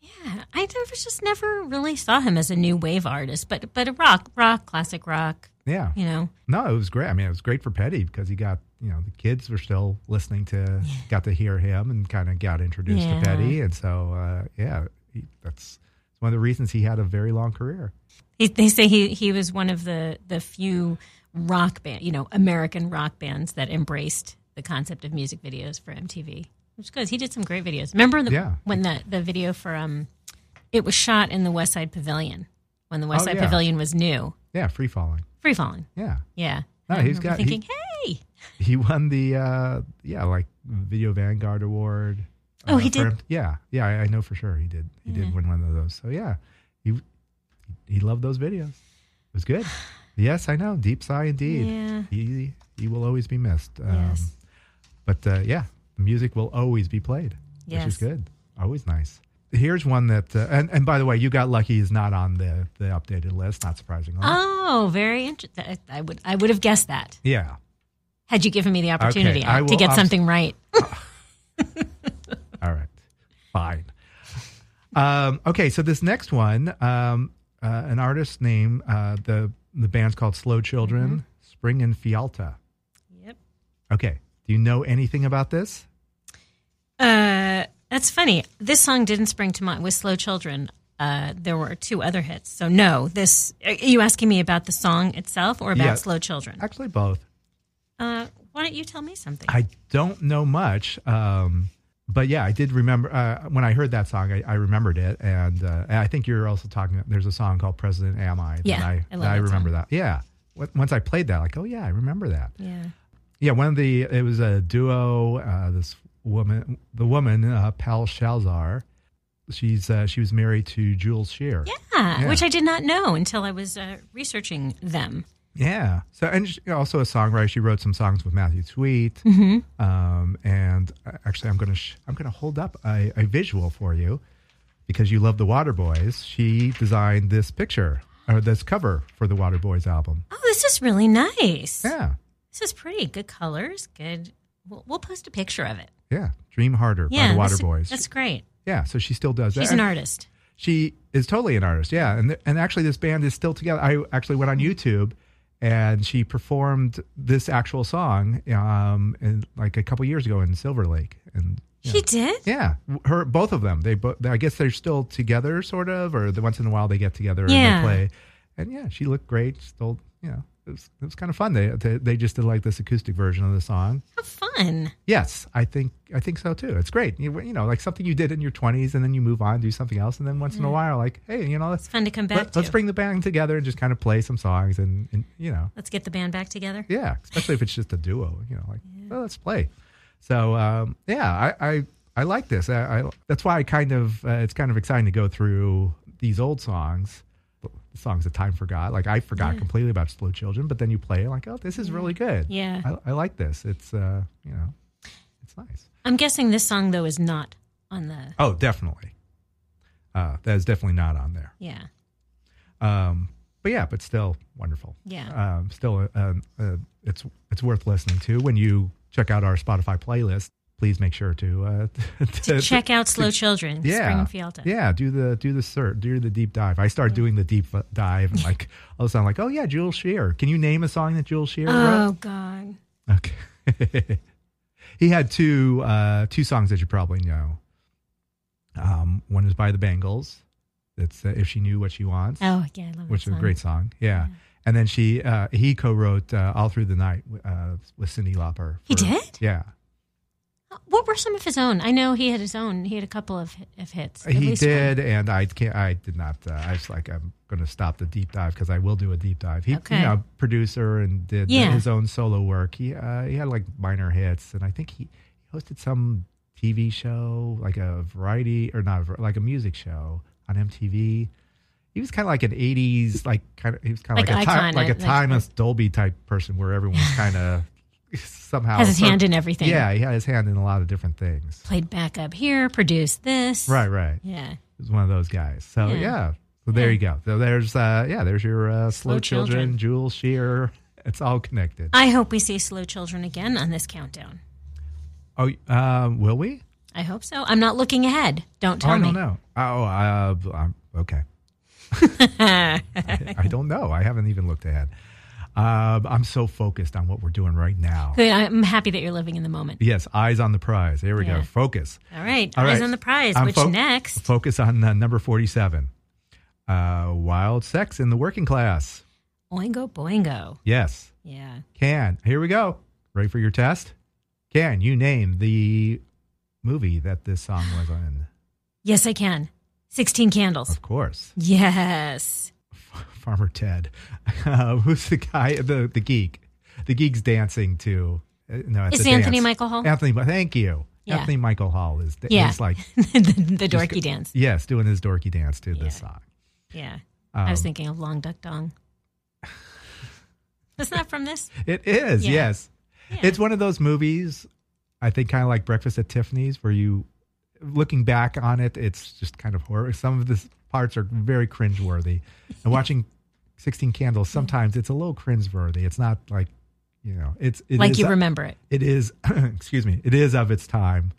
[SPEAKER 2] Yeah, I never just never really saw him as a new wave artist, but but a rock, rock, classic rock,
[SPEAKER 1] Yeah.
[SPEAKER 2] you know.
[SPEAKER 1] No, it was great. I mean, it was great for Petty because he got, you know, the kids were still listening to, got to hear him and kind of got introduced
[SPEAKER 2] Yeah.
[SPEAKER 1] to Petty. And so, uh, yeah, he, that's one of the reasons he had a very long career.
[SPEAKER 2] He, they say he, he was one of the, the few rock band, you know, American rock bands that embraced the concept of music videos for MTV, which is good. He did some great videos. Remember the,
[SPEAKER 1] Yeah.
[SPEAKER 2] when the, the video for um, it was shot in the West Side Pavilion when the West
[SPEAKER 1] Oh,
[SPEAKER 2] Side
[SPEAKER 1] yeah.
[SPEAKER 2] Pavilion was new,
[SPEAKER 1] Yeah, free falling.
[SPEAKER 2] free falling.
[SPEAKER 1] Yeah.
[SPEAKER 2] Yeah,
[SPEAKER 1] No,
[SPEAKER 2] I
[SPEAKER 1] he's
[SPEAKER 2] remember
[SPEAKER 1] got- he-
[SPEAKER 2] thinking, hey,
[SPEAKER 1] He won the, uh, yeah, like Video Vanguard Award.
[SPEAKER 2] Oh,
[SPEAKER 1] uh,
[SPEAKER 2] he did?
[SPEAKER 1] for him. Yeah. Yeah, I, I know for sure he did.
[SPEAKER 2] (sighs)
[SPEAKER 1] He did win one of those. So, yeah, he, he loved those videos. It was good. Yes, I know. Deep sigh indeed.
[SPEAKER 2] Yeah.
[SPEAKER 1] He, he will always be missed. Um,
[SPEAKER 2] Yes.
[SPEAKER 1] But uh, yeah, the music will always be played, which
[SPEAKER 2] Yes.
[SPEAKER 1] is good. Always nice. Here's one that, uh, and, and by the way, You Got Lucky is not on the, the updated list, not surprisingly.
[SPEAKER 2] Oh, very interesting. I would I would have guessed that
[SPEAKER 1] yeah.
[SPEAKER 2] had you given me the opportunity uh,
[SPEAKER 1] I
[SPEAKER 2] to
[SPEAKER 1] will
[SPEAKER 2] get
[SPEAKER 1] obs-
[SPEAKER 2] something right.
[SPEAKER 1] All right. Fine. Um, okay. So this next one, um, uh, an artist name, uh, the, the band's called Slow Children, Spring and Fialta.
[SPEAKER 2] Yep.
[SPEAKER 1] Okay. Do you know anything about this?
[SPEAKER 2] Uh, that's funny. This song didn't spring to mind with Slow Children. Uh, there were two other hits. So no, this are you asking me about the song itself or about
[SPEAKER 1] Yeah.
[SPEAKER 2] Slow Children?
[SPEAKER 1] Actually, both.
[SPEAKER 2] Uh, why don't you tell me something?
[SPEAKER 1] I don't know much, um, but yeah, I did remember uh, when I heard that song. I, I remembered it, and, uh, and I think you're also talking. There's a song called "President Am I?" That
[SPEAKER 2] Yeah,
[SPEAKER 1] I,
[SPEAKER 2] I love
[SPEAKER 1] that I
[SPEAKER 2] that
[SPEAKER 1] remember that. Yeah, When- once I played that, like, oh yeah, I remember that.
[SPEAKER 2] yeah.
[SPEAKER 1] Yeah, one of the it was a duo. Uh, this woman, the woman uh, Pal Shalzar, she's uh, she was married to Jules Shear. Yeah,
[SPEAKER 2] Ah,
[SPEAKER 1] Yeah.
[SPEAKER 2] which I did not know until I was uh, researching them.
[SPEAKER 1] Yeah. So, and she, also a songwriter. She wrote some songs with Matthew Sweet.
[SPEAKER 2] Mm-hmm.
[SPEAKER 1] Um, and uh, actually, I'm gonna sh- I'm gonna hold up a, a visual for you because you love the Water Boys. She designed this picture or this cover for the Water Boys album.
[SPEAKER 2] Oh, this is really nice.
[SPEAKER 1] Yeah.
[SPEAKER 2] This is pretty. Good colors. Good. We'll, we'll post a picture of it.
[SPEAKER 1] Yeah. Dream Harder by
[SPEAKER 2] Yeah,
[SPEAKER 1] the Water
[SPEAKER 2] that's-
[SPEAKER 1] Boys.
[SPEAKER 2] That's great.
[SPEAKER 1] yeah. So she still does
[SPEAKER 2] She's
[SPEAKER 1] that.
[SPEAKER 2] an
[SPEAKER 1] And
[SPEAKER 2] artist.
[SPEAKER 1] She is totally an artist. Yeah. And th- and actually, this band is still together. I actually went on YouTube. And she performed this actual song um, in, like a couple years ago in Silver Lake, and
[SPEAKER 2] She did.
[SPEAKER 1] Yeah, her both of them. They both. I guess they're still together, sort of, or the once in a while they get together
[SPEAKER 2] Yeah.
[SPEAKER 1] and they play. And yeah, she looked great. Still, you know, it was it was kind of fun. They, they they just did like this acoustic version of the song.
[SPEAKER 2] How fun.
[SPEAKER 1] Yes, I think I think so too. It's great. You, you know, like something you did in your twenties, and then you move on, do something else, and then once in
[SPEAKER 2] Mm.
[SPEAKER 1] a while, like, hey, you know, let's
[SPEAKER 2] Fun to come back
[SPEAKER 1] let,
[SPEAKER 2] to.
[SPEAKER 1] let's bring the band together and just kind of play some songs, and, and you know,
[SPEAKER 2] Let's get the band back together.
[SPEAKER 1] yeah, especially if it's just a duo, you know, like well, let's play. So um, yeah, I, I I like this. I, I that's why I kind of uh, it's kind of exciting to go through these old songs, the songs that time forgot. Like I forgot completely about Slow Children, but then you play it, like oh, this is really good.
[SPEAKER 2] Yeah.
[SPEAKER 1] I, I like this. It's uh, you know, it's nice.
[SPEAKER 2] I'm guessing this song though is not on the
[SPEAKER 1] Oh, definitely. Uh, that is definitely not on there.
[SPEAKER 2] yeah
[SPEAKER 1] Um, but yeah, but still wonderful.
[SPEAKER 2] Yeah.
[SPEAKER 1] Um, still, uh, uh, it's it's worth listening to. When you check out our Spotify playlist, please make sure to uh, (laughs)
[SPEAKER 2] to check out Slow Children.
[SPEAKER 1] Yeah,
[SPEAKER 2] Springfield.
[SPEAKER 1] yeah. Do the do the search, do the deep dive. I started doing the deep uh, dive, and like all of a sudden, like, oh yeah, Jules Shear. Can you name a song that Jules Shear
[SPEAKER 2] Oh God.
[SPEAKER 1] wrote? Okay. (laughs) he had two uh, two songs that you probably know. Um, one is by the Bangles. It's uh, if she knew what she wants
[SPEAKER 2] Oh yeah, I love that
[SPEAKER 1] which is a
[SPEAKER 2] song.
[SPEAKER 1] great song. Yeah. And then she, uh, he co-wrote uh, "All Through the Night" uh, with Cindy Lauper.
[SPEAKER 2] He
[SPEAKER 1] for-
[SPEAKER 2] did?
[SPEAKER 1] Yeah,
[SPEAKER 2] What were some of his own? I know he had his own. He had a couple of, of hits. at
[SPEAKER 1] he
[SPEAKER 2] least one.
[SPEAKER 1] did, and I can't. I did not. Uh, I was like, I'm going to stop the deep dive because I will do a deep dive. He,
[SPEAKER 2] Okay.
[SPEAKER 1] you know, producer and did
[SPEAKER 2] Yeah.
[SPEAKER 1] his own solo work. He uh, he had like minor hits, and I think he, he hosted some TV show, like a variety or not, a var- like a music show on MTV. He was kind of like an '80s, like kind of he was kind of
[SPEAKER 2] Like
[SPEAKER 1] like, a time,
[SPEAKER 2] iconic,
[SPEAKER 1] like a
[SPEAKER 2] like-
[SPEAKER 1] timeless Dolby type person, where everyone's kind
[SPEAKER 2] (laughs)
[SPEAKER 1] of somehow
[SPEAKER 2] Has his
[SPEAKER 1] some-
[SPEAKER 2] hand in everything.
[SPEAKER 1] uh, Yeah, he had his hand in a lot of different things.
[SPEAKER 2] Played back up here. Produced this.
[SPEAKER 1] Right, right
[SPEAKER 2] Yeah.
[SPEAKER 1] is one of those guys. So yeah.
[SPEAKER 2] Yeah.
[SPEAKER 1] So there
[SPEAKER 2] Yeah.
[SPEAKER 1] you go. So there's uh yeah, there's your uh, slow,
[SPEAKER 2] Slow
[SPEAKER 1] children,
[SPEAKER 2] Children.
[SPEAKER 1] Jewel Shear. It's all connected.
[SPEAKER 2] I hope we see Slow Children again on this countdown.
[SPEAKER 1] Oh, uh, will we?
[SPEAKER 2] I hope so. I'm not looking ahead. Don't
[SPEAKER 1] Oh,
[SPEAKER 2] tell
[SPEAKER 1] I don't
[SPEAKER 2] me.
[SPEAKER 1] know. Oh, uh, I'm,
[SPEAKER 2] (laughs)
[SPEAKER 1] okay. I, I don't know. I haven't even looked ahead. Uh, I'm so focused on what we're doing right now.
[SPEAKER 2] Good. I'm happy that you're living in the moment.
[SPEAKER 1] Yes, eyes on the prize. Here we go.
[SPEAKER 2] Yeah.
[SPEAKER 1] Focus.
[SPEAKER 2] All right.
[SPEAKER 1] All
[SPEAKER 2] Eyes
[SPEAKER 1] right.
[SPEAKER 2] on the prize.
[SPEAKER 1] I'm
[SPEAKER 2] which
[SPEAKER 1] fo-
[SPEAKER 2] next?
[SPEAKER 1] Focus on uh, number 47. Uh, wild sex in the working class.
[SPEAKER 2] Oingo Boingo.
[SPEAKER 1] Yes.
[SPEAKER 2] Yeah.
[SPEAKER 1] Can, here we go. Ready for your test? Can you name the movie that this song was in?
[SPEAKER 2] Yes, I can. 16 Candles.
[SPEAKER 1] Of course. (laughs)
[SPEAKER 2] Yes.
[SPEAKER 1] Farmer Ted. Uh, who's the guy, the, the geek? The geek's dancing to. uh, no, it's
[SPEAKER 2] Is
[SPEAKER 1] a
[SPEAKER 2] it Anthony
[SPEAKER 1] dance.
[SPEAKER 2] Michael Hall?
[SPEAKER 1] Anthony, thank you.
[SPEAKER 2] Yeah.
[SPEAKER 1] Anthony Michael Hall is,
[SPEAKER 2] Yeah.
[SPEAKER 1] is like,
[SPEAKER 2] the, (laughs) the dorky dance.
[SPEAKER 1] yes, doing his dorky dance to
[SPEAKER 2] Yeah.
[SPEAKER 1] this song.
[SPEAKER 2] Yeah.
[SPEAKER 1] Um, (laughs)
[SPEAKER 2] I was thinking of Long Duck Dong. That's not from this.
[SPEAKER 1] It is,
[SPEAKER 2] Yeah.
[SPEAKER 1] yes.
[SPEAKER 2] Yeah.
[SPEAKER 1] It's one of those movies, I think, kind of like Breakfast at Tiffany's, where you, looking back on it, it's just kind of horror. Some of the parts are
[SPEAKER 2] (laughs)
[SPEAKER 1] very cringeworthy. And watching 16 Candles, sometimes it's a little cringeworthy. It's not like, you know, it's it
[SPEAKER 2] like
[SPEAKER 1] is-
[SPEAKER 2] you remember it.
[SPEAKER 1] it is, (clears throat) excuse me, it is of its time.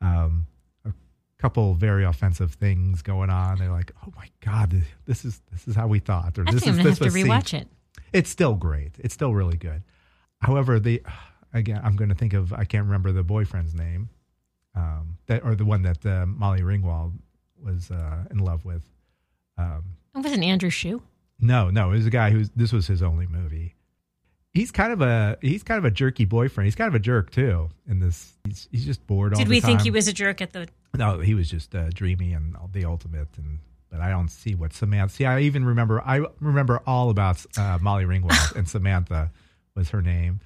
[SPEAKER 1] Um, a couple very offensive things going on. They're like, oh my god, this is this is how we thought, or
[SPEAKER 2] I
[SPEAKER 1] this
[SPEAKER 2] think I'm gonna
[SPEAKER 1] is
[SPEAKER 2] have
[SPEAKER 1] this
[SPEAKER 2] to
[SPEAKER 1] was seen
[SPEAKER 2] rewatch it.
[SPEAKER 1] it's still great. It's still really good. However, the again, I'm going to think of I can't remember the boyfriend's name, um, that or the one that uh, Molly Ringwald was uh, in love with. Um,
[SPEAKER 2] It wasn't Andrew Shue.
[SPEAKER 1] no, no, it was a guy who's this was his only movie. He's kind of a he's kind of a jerky boyfriend. He's kind of a jerk too. In this, he's, he's just bored. all
[SPEAKER 2] Did
[SPEAKER 1] the
[SPEAKER 2] we think
[SPEAKER 1] time.
[SPEAKER 2] he was a jerk at the?
[SPEAKER 1] No, he was just uh, dreamy and the ultimate. And but I don't see what Samantha. See, I even remember. I remember all about uh, Molly Ringwald and Samantha was her name.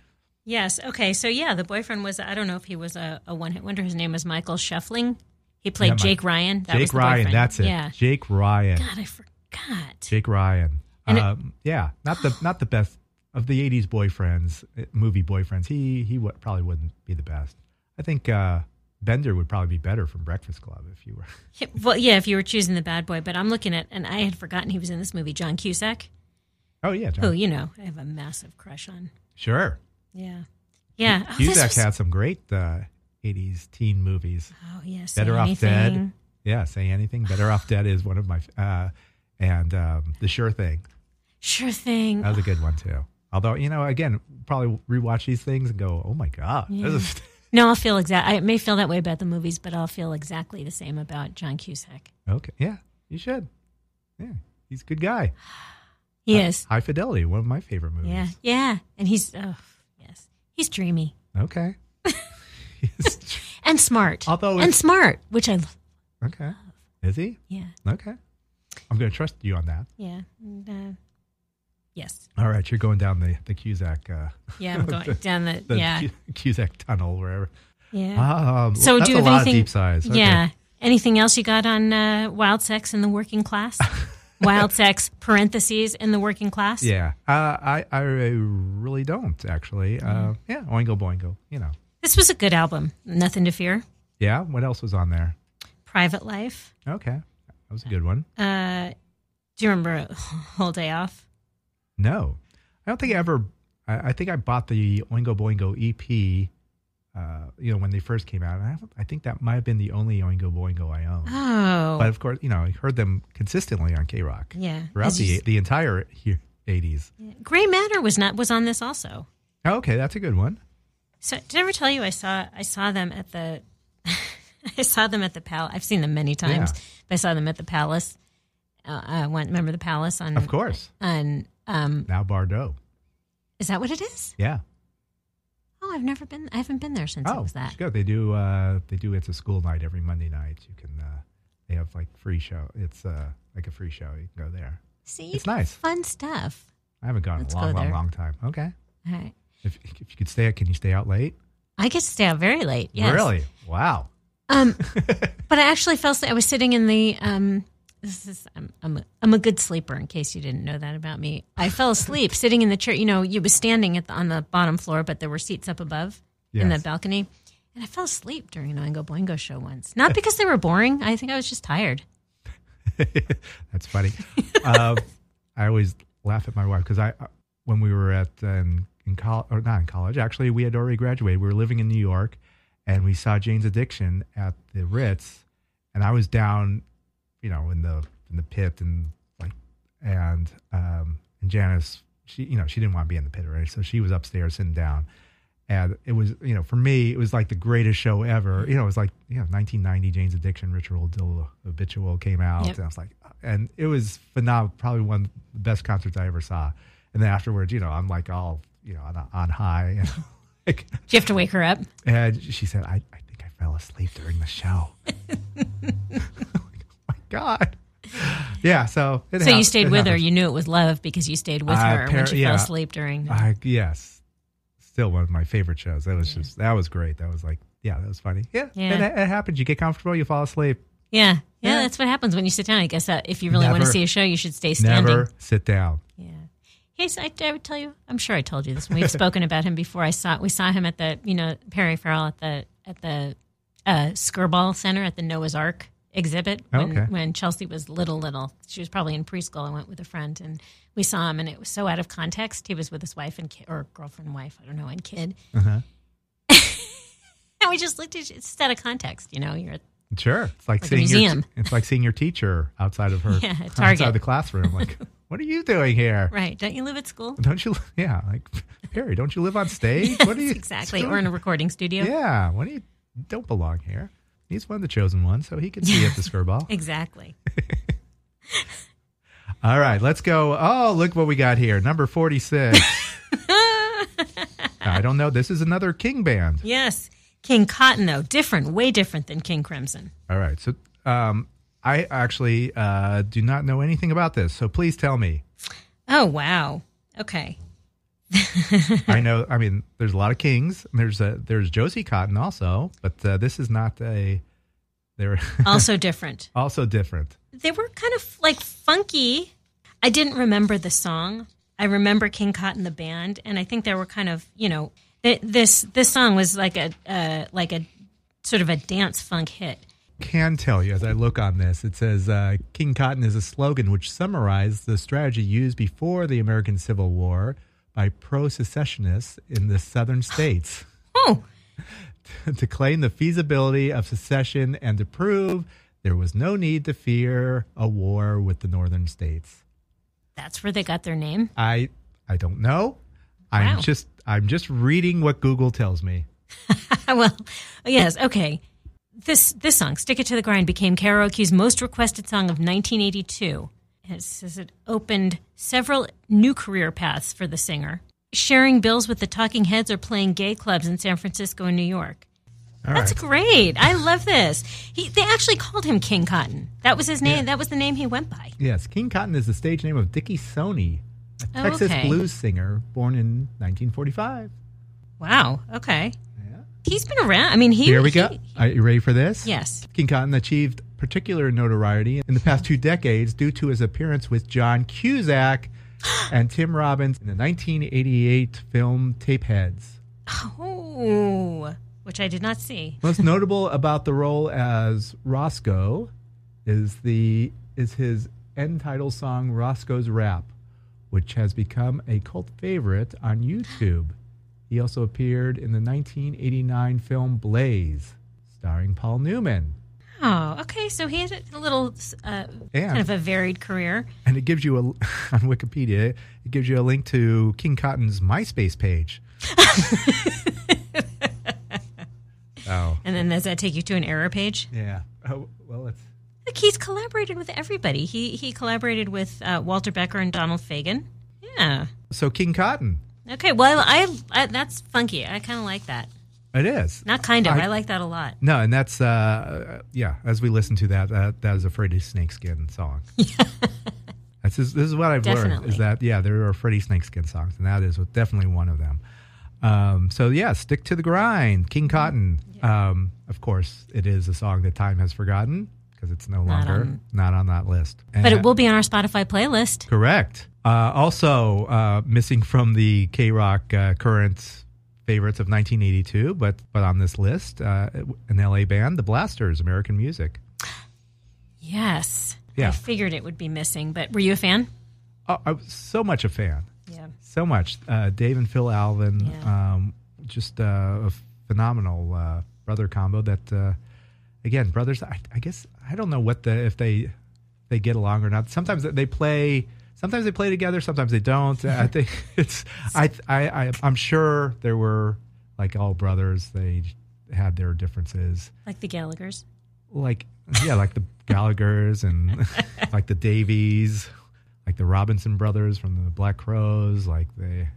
[SPEAKER 2] Yes. Okay. So yeah, the boyfriend was. I don't know if he was a, a one hit wonder. His name was Michael Shuffling. He played
[SPEAKER 1] Yeah, Mike-
[SPEAKER 2] Jake Ryan. That was
[SPEAKER 1] Jake
[SPEAKER 2] the
[SPEAKER 1] Ryan.
[SPEAKER 2] boyfriend.
[SPEAKER 1] That's it.
[SPEAKER 2] Yeah.
[SPEAKER 1] Jake Ryan.
[SPEAKER 2] God, I forgot.
[SPEAKER 1] Jake Ryan.
[SPEAKER 2] And it-
[SPEAKER 1] Um, yeah, not the not the best of the '80s boyfriends, eh, movie boyfriends. He he w- probably wouldn't be the best. I think uh, Bender would probably be better from Breakfast Club if you were. (laughs)
[SPEAKER 2] Yeah, Well, yeah, if you were choosing the bad boy, but I'm looking at, and I had forgotten he was in this movie, John Cusack,
[SPEAKER 1] Oh yeah, John.
[SPEAKER 2] who you know I have a massive crush on.
[SPEAKER 1] sure.
[SPEAKER 2] Yeah, yeah. Oh, this
[SPEAKER 1] Cusack
[SPEAKER 2] was-
[SPEAKER 1] had some great uh, '80s teen movies.
[SPEAKER 2] oh yes,
[SPEAKER 1] Better Off
[SPEAKER 2] anything.
[SPEAKER 1] Dead. Yeah, say anything. Better off dead is one of my uh, and um, the sure thing.
[SPEAKER 2] Sure thing.
[SPEAKER 1] That was a good one too. Although you know, again, probably rewatch these things and go, "Oh my god!" this is-
[SPEAKER 2] no, I'll feel exact. I may feel that way about the movies, but I'll feel exactly the same about John Cusack.
[SPEAKER 1] okay, yeah, you should. Yeah, he's a good guy.
[SPEAKER 2] He is.
[SPEAKER 1] High Fidelity, one of my favorite movies.
[SPEAKER 2] Yeah, yeah, and he's oh yes, he's dreamy (laughs)
[SPEAKER 1] Okay. He's-
[SPEAKER 2] and smart.
[SPEAKER 1] Although
[SPEAKER 2] and
[SPEAKER 1] it's-
[SPEAKER 2] smart, which I love.
[SPEAKER 1] okay. Is he?
[SPEAKER 2] Yeah,
[SPEAKER 1] Okay. I'm going to trust you on that.
[SPEAKER 2] yeah. and, uh, yes.
[SPEAKER 1] All right, you're going down the the Cusack, uh, (laughs)
[SPEAKER 2] Yeah, I'm going down the,
[SPEAKER 1] the
[SPEAKER 2] yeah.
[SPEAKER 1] Cu- Cusack tunnel, wherever.
[SPEAKER 2] Yeah.
[SPEAKER 1] Um,
[SPEAKER 2] So
[SPEAKER 1] that's
[SPEAKER 2] do you
[SPEAKER 1] a
[SPEAKER 2] have
[SPEAKER 1] lot
[SPEAKER 2] anything?
[SPEAKER 1] of deep sighs. Okay.
[SPEAKER 2] Yeah. Anything else you got on uh, wild sex in the working
[SPEAKER 1] (laughs)
[SPEAKER 2] class? wild sex parentheses in the working class.
[SPEAKER 1] Yeah, uh, I I really don't actually. Uh, yeah, Oingo Boingo. You know.
[SPEAKER 2] This was a good album. Nothing to fear.
[SPEAKER 1] Yeah. What else was on there?
[SPEAKER 2] Private life.
[SPEAKER 1] Okay, that was a good one.
[SPEAKER 2] Uh, do you remember (laughs) whole day off?
[SPEAKER 1] No, I don't think I ever. I, I think I bought the Oingo Boingo EP. Uh, you know when they first came out, and I, don't- I think that might have been the only Oingo Boingo I own.
[SPEAKER 2] Oh,
[SPEAKER 1] But of course, you know I heard them consistently on K Rock
[SPEAKER 2] yeah.
[SPEAKER 1] throughout
[SPEAKER 2] As
[SPEAKER 1] the
[SPEAKER 2] you
[SPEAKER 1] the entire eighties. Oh,
[SPEAKER 2] s- Gray matter was not was on this also.
[SPEAKER 1] Okay, that's a good one.
[SPEAKER 2] So did I ever tell you I saw I saw them at the (laughs) I saw them at the palace. I've seen them many times.
[SPEAKER 1] Yeah.
[SPEAKER 2] But I saw them at the palace. Uh, I went. Remember the palace on
[SPEAKER 1] Of course,
[SPEAKER 2] on um.
[SPEAKER 1] now Bardot.
[SPEAKER 2] Is that what it is?
[SPEAKER 1] Yeah.
[SPEAKER 2] Oh, I've never been. I haven't been there since it was
[SPEAKER 1] you
[SPEAKER 2] that.
[SPEAKER 1] should go. They do. Uh, they do. It's a school night every Monday night. You can. Uh, they have like free show. It's uh, like a free show. You can go there.
[SPEAKER 2] See,
[SPEAKER 1] It's nice.
[SPEAKER 2] fun stuff.
[SPEAKER 1] I haven't gone in
[SPEAKER 2] Let's
[SPEAKER 1] a long,
[SPEAKER 2] go
[SPEAKER 1] long,
[SPEAKER 2] there.
[SPEAKER 1] long time. Okay.
[SPEAKER 2] All right,
[SPEAKER 1] If if you could stay out, can you stay out late?
[SPEAKER 2] I get to stay out very late. Yes.
[SPEAKER 1] Really? Wow. (laughs)
[SPEAKER 2] Um, but I actually fell asleep. I was sitting in the. Um, this is I'm I'm a, I'm a good sleeper. In case you didn't know that about me, I fell asleep sitting in the chair. You know, you was standing at the, on the bottom floor, but there were seats up above in the
[SPEAKER 1] Yes.
[SPEAKER 2] balcony, and I fell asleep during an Oingo Boingo show once.
[SPEAKER 1] (laughs)
[SPEAKER 2] Not because they were boring. I think I was just tired.
[SPEAKER 1] That's funny. um, I always laugh at my wife because I, uh, when we were at um, in college or not in college, actually we had already graduated. We were living in New York, and we saw Jane's Addiction at the Ritz, and I was down, you know, in the in the pit and like, and um, and Janice, she you know she didn't want to be in the pit or anything, so she was upstairs sitting down. And it was, you know, for me, it was like the greatest show ever. You know, it was like, you know, 1990 Jane's Addiction Ritual Dill Habitual came out.
[SPEAKER 2] Yep.
[SPEAKER 1] And I was like, and it was phenomenal, probably one of the best concerts I ever saw. And then afterwards, you know, I'm like all, you know, on, on high. (laughs) And, like,
[SPEAKER 2] Do you have to wake her up?
[SPEAKER 1] and she said, I, I think I fell asleep during the show. (laughs) I'm like, oh my God. Yeah. So, it
[SPEAKER 2] So you
[SPEAKER 1] hap-
[SPEAKER 2] stayed
[SPEAKER 1] it
[SPEAKER 2] with her.
[SPEAKER 1] happens.
[SPEAKER 2] You knew it was love because you stayed with
[SPEAKER 1] Uh,
[SPEAKER 2] her when
[SPEAKER 1] appar-
[SPEAKER 2] she
[SPEAKER 1] yeah.
[SPEAKER 2] fell asleep during.
[SPEAKER 1] I, yes. Still one of my favorite shows. That was just, that was great. That was like, yeah, that was funny. Yeah.
[SPEAKER 2] Yeah.
[SPEAKER 1] And it, it happens. You get comfortable, you fall asleep.
[SPEAKER 2] yeah. yeah,
[SPEAKER 1] Yeah.
[SPEAKER 2] That's what happens when you sit down. I guess that if you really want to
[SPEAKER 1] Never.
[SPEAKER 2] see a show, you should stay standing.
[SPEAKER 1] Never sit down.
[SPEAKER 2] Yeah. He's, I, I would tell you, I'm sure I told you this. We've
[SPEAKER 1] (laughs)
[SPEAKER 2] spoken about him before. I saw we saw him at the, you know, Perry Farrell at the at the uh, Skirball Center at the Noah's Ark exhibit when,
[SPEAKER 1] Okay.
[SPEAKER 2] when Chelsea was little, little. She was probably in preschool. I went with a friend and we saw him, and it was so out of context. He was with his wife and kid, or girlfriend, wife, I don't know, and kid.
[SPEAKER 1] Uh-huh.
[SPEAKER 2] (laughs) And we just looked at it. It's out of context, you know. You're
[SPEAKER 1] Sure, it's like,
[SPEAKER 2] Like a
[SPEAKER 1] seeing
[SPEAKER 2] museum.
[SPEAKER 1] Your, it's like seeing your teacher outside
[SPEAKER 2] (laughs)
[SPEAKER 1] of her
[SPEAKER 2] Yeah, at
[SPEAKER 1] outside
[SPEAKER 2] Target.
[SPEAKER 1] the classroom.
[SPEAKER 2] (laughs)
[SPEAKER 1] Like, what are you doing here?
[SPEAKER 2] right. Don't you live at school?
[SPEAKER 1] Don't you? (laughs) Yeah, like Perry, don't you live on
[SPEAKER 2] (laughs)
[SPEAKER 1] stage? what are you
[SPEAKER 2] exactly.
[SPEAKER 1] screw-
[SPEAKER 2] Or in a recording studio.
[SPEAKER 1] yeah, what do you? Don't belong here. He's one of the chosen ones, so he can see at the skirball.
[SPEAKER 2] Exactly.
[SPEAKER 1] All right, let's go. Oh, look what we got here. Number 46. I don't know. This is another King band.
[SPEAKER 2] Yes. King Cotton, though, different, way different than King Crimson.
[SPEAKER 1] All right. So um, I actually uh, do not know anything about this. So please tell me.
[SPEAKER 2] Oh, wow. Okay.
[SPEAKER 1] I know. I mean, there's a lot of Kings. and There's a, there's Josie Cotton also, but uh, this is not a. They're (laughs)
[SPEAKER 2] Also different.
[SPEAKER 1] also different.
[SPEAKER 2] They were kind of like funky. I didn't remember the song. I remember King Cotton the band, and I think they were kind of, you know, th- this this song was like a uh, like a sort of a dance funk hit.
[SPEAKER 1] can tell you as I look on this, it says uh, King Cotton is a slogan which summarized the strategy used before the American Civil War by pro secessionists in the southern states (laughs)
[SPEAKER 2] Oh,
[SPEAKER 1] to claim the feasibility of secession and to prove there was no need to fear a war with the northern states.
[SPEAKER 2] that's where they got their name.
[SPEAKER 1] I I don't know. I'm
[SPEAKER 2] Wow.
[SPEAKER 1] just I'm just reading what Google tells me.
[SPEAKER 2] (laughs) well, yes, okay. This this song, "Stick It to the Grind," became karaoke's most requested song of 1982. It says it opened several new career paths for the singer, sharing bills with the Talking Heads or playing gay clubs in San Francisco and New York.
[SPEAKER 1] All
[SPEAKER 2] That's
[SPEAKER 1] right.
[SPEAKER 2] great. I love this. He, they actually called him King Cotton. That was his name. That was the name he went by.
[SPEAKER 1] Yes, King Cotton is the stage name of Dickie Sony, a
[SPEAKER 2] Oh,
[SPEAKER 1] Texas
[SPEAKER 2] okay.
[SPEAKER 1] blues singer born in 1945.
[SPEAKER 2] Wow. Okay. He's been around. I mean, he.
[SPEAKER 1] Here we go.
[SPEAKER 2] he-
[SPEAKER 1] Are you ready for this?
[SPEAKER 2] yes.
[SPEAKER 1] King Cotton achieved particular notoriety in the past two decades due to his appearance with
[SPEAKER 2] (gasps)
[SPEAKER 1] John Cusack and Tim Robbins in the 1988 film Tapeheads.
[SPEAKER 2] Oh, which I did not see. (laughs)
[SPEAKER 1] Most notable about the role as Roscoe is the is his end title song Roscoe's Rap, which has become a cult favorite on YouTube. He also appeared in the 1989 film Blaze, starring Paul Newman.
[SPEAKER 2] Oh, okay. So he had a little uh,
[SPEAKER 1] Yeah.
[SPEAKER 2] kind of a varied career.
[SPEAKER 1] And it gives you a (laughs) on Wikipedia, it gives you a link to King Cotton's MySpace page. oh.
[SPEAKER 2] And then does that take you to an error page?
[SPEAKER 1] Yeah. Oh, well, it's
[SPEAKER 2] Look, he's collaborated with everybody. He he collaborated with uh, Walter Becker and Donald Fagen. Yeah.
[SPEAKER 1] so King Cotton.
[SPEAKER 2] Okay. Well, I, I that's funky. I kind of like that.
[SPEAKER 1] It is.
[SPEAKER 2] Not kind of.
[SPEAKER 1] I-
[SPEAKER 2] I, like that a lot.
[SPEAKER 1] No, and that's uh, yeah. As we listen to that, that that is a Freddie Snakeskin song.
[SPEAKER 2] (laughs)
[SPEAKER 1] That's just, this is what I've learned
[SPEAKER 2] Definitely.
[SPEAKER 1] is that yeah, there are Freddie Snakeskin songs, and that is definitely one of them. Um, so yeah, stick to the grind, King
[SPEAKER 2] Mm-hmm.
[SPEAKER 1] Cotton. Um, of course, it is a song that time has forgotten because it's no
[SPEAKER 2] Not
[SPEAKER 1] longer
[SPEAKER 2] on-
[SPEAKER 1] not on that list. And-
[SPEAKER 2] But it will be on our Spotify playlist.
[SPEAKER 1] correct. Uh, also uh, missing from the K Rock uh, current favorites of 1982, but but on this list, uh, an LA band, the Blasters, American Music.
[SPEAKER 2] Yes.
[SPEAKER 1] Yeah.
[SPEAKER 2] I figured it would be missing. But were you a fan?
[SPEAKER 1] Oh, I was so much a fan,
[SPEAKER 2] Yeah.
[SPEAKER 1] so much. Uh, Dave and Phil Alvin,
[SPEAKER 2] Yeah.
[SPEAKER 1] um, just uh, a phenomenal uh, brother combo. That uh, again, brothers. I, I guess I don't know what the if they they get along or not. Sometimes they play. Sometimes they play together. Sometimes they don't. I think it's. I, I I I'm sure there were like all brothers. They had their differences
[SPEAKER 2] Like the Gallagher's.
[SPEAKER 1] like yeah, like the Gallagher's and like the Davies, like the Robinson brothers from the Black Crows, like the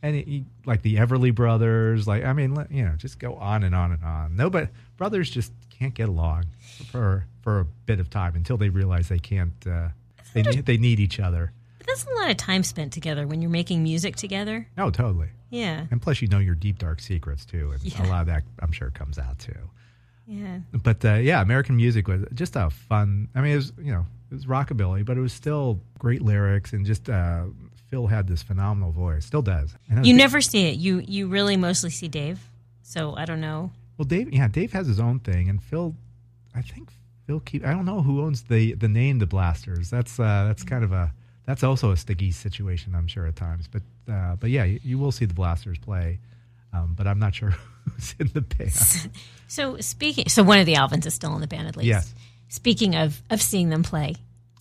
[SPEAKER 1] and it, like the Everly brothers. Like I mean, let- you know, just go on and on and on. No, but brothers just can't get along for for a bit of time until they realize they can't. Uh, they need- they need each other.
[SPEAKER 2] But that's a lot of time spent together when you're making music together.
[SPEAKER 1] No, totally.
[SPEAKER 2] Yeah.
[SPEAKER 1] And plus, you know your deep dark secrets too, and a lot of that I'm sure comes out too.
[SPEAKER 2] Yeah.
[SPEAKER 1] but uh, yeah, American music was just a fun. I mean, it was you know it was rockabilly, but it was still great lyrics and just uh, Phil had this phenomenal voice, still does. And uh, I was
[SPEAKER 2] You
[SPEAKER 1] thinking-
[SPEAKER 2] never see it. You you really mostly see Dave. So I don't know.
[SPEAKER 1] Well, Dave, yeah, Dave has his own thing, and Phil, I think Phil keep. I don't know who owns the the name the Blasters. That's uh, that's kind of a that's also a sticky situation, I'm sure at times. But uh, but yeah, you, you will see the Blasters play, um, but I'm not sure (laughs) who's in the band.
[SPEAKER 2] So speaking, so one of the Alvins is still in the band at least.
[SPEAKER 1] Yes.
[SPEAKER 2] Speaking of of seeing them play,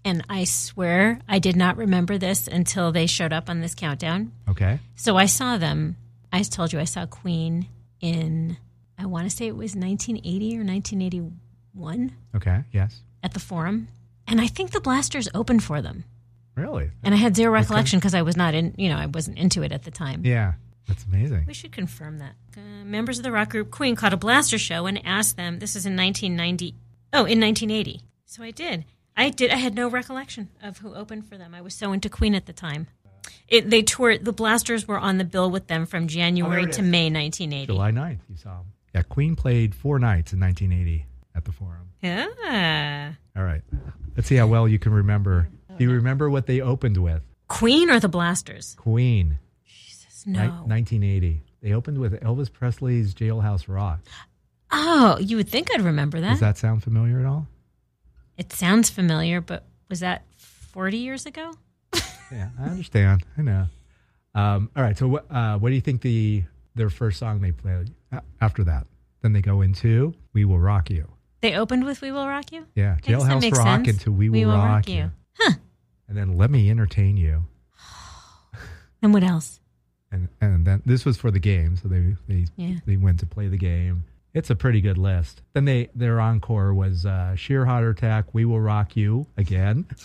[SPEAKER 2] and I swear I did not remember this until they showed up on this countdown.
[SPEAKER 1] Okay,
[SPEAKER 2] So I saw them. I told you I saw Queen in I want to say it was 1980 or 1981
[SPEAKER 1] okay, yes,
[SPEAKER 2] at the Forum, and I think the Blasters opened for them.
[SPEAKER 1] really,
[SPEAKER 2] And I had zero recollection because I was not in, you know, I wasn't into it at the time.
[SPEAKER 1] yeah, that's amazing.
[SPEAKER 2] We should confirm that. Uh, members of the rock group Queen caught a blaster show and asked them. This is in 1990. Oh, in 1980. So I did. I did. I had no recollection of who opened for them. I was so into Queen at the time. It, they toured. The blasters were on the bill with them from January to May 1980.
[SPEAKER 1] July 9th, you saw him. Yeah, Queen played four nights in 1980 at the Forum.
[SPEAKER 2] Yeah.
[SPEAKER 1] All right, let's see how well you can remember. Do you remember what they opened with?
[SPEAKER 2] Queen or the blasters?
[SPEAKER 1] Queen.
[SPEAKER 2] No.
[SPEAKER 1] Ni- 1980. They opened with Elvis Presley's Jailhouse Rock.
[SPEAKER 2] oh, you would think I'd remember that.
[SPEAKER 1] Does that sound familiar at all?
[SPEAKER 2] It sounds familiar, but was that 40 years ago?
[SPEAKER 1] Yeah, I understand. I know. Um, all right. So, what uh, what do you think the their first song they played a- after that? Then they go into "We Will Rock You."
[SPEAKER 2] They opened with "We Will Rock You."
[SPEAKER 1] Yeah,
[SPEAKER 2] guess that
[SPEAKER 1] Jailhouse
[SPEAKER 2] makes
[SPEAKER 1] Rock
[SPEAKER 2] sense.
[SPEAKER 1] into "We Will, Rock, you. and then "Let Me Entertain You."
[SPEAKER 2] And what else? (laughs)
[SPEAKER 1] And and then this was for the game, so they they
[SPEAKER 2] Yeah.
[SPEAKER 1] they went to play the game. It's a pretty good list. Then they their encore was uh, "Sheer Heart Attack," "We Will Rock You" again.
[SPEAKER 2] (laughs)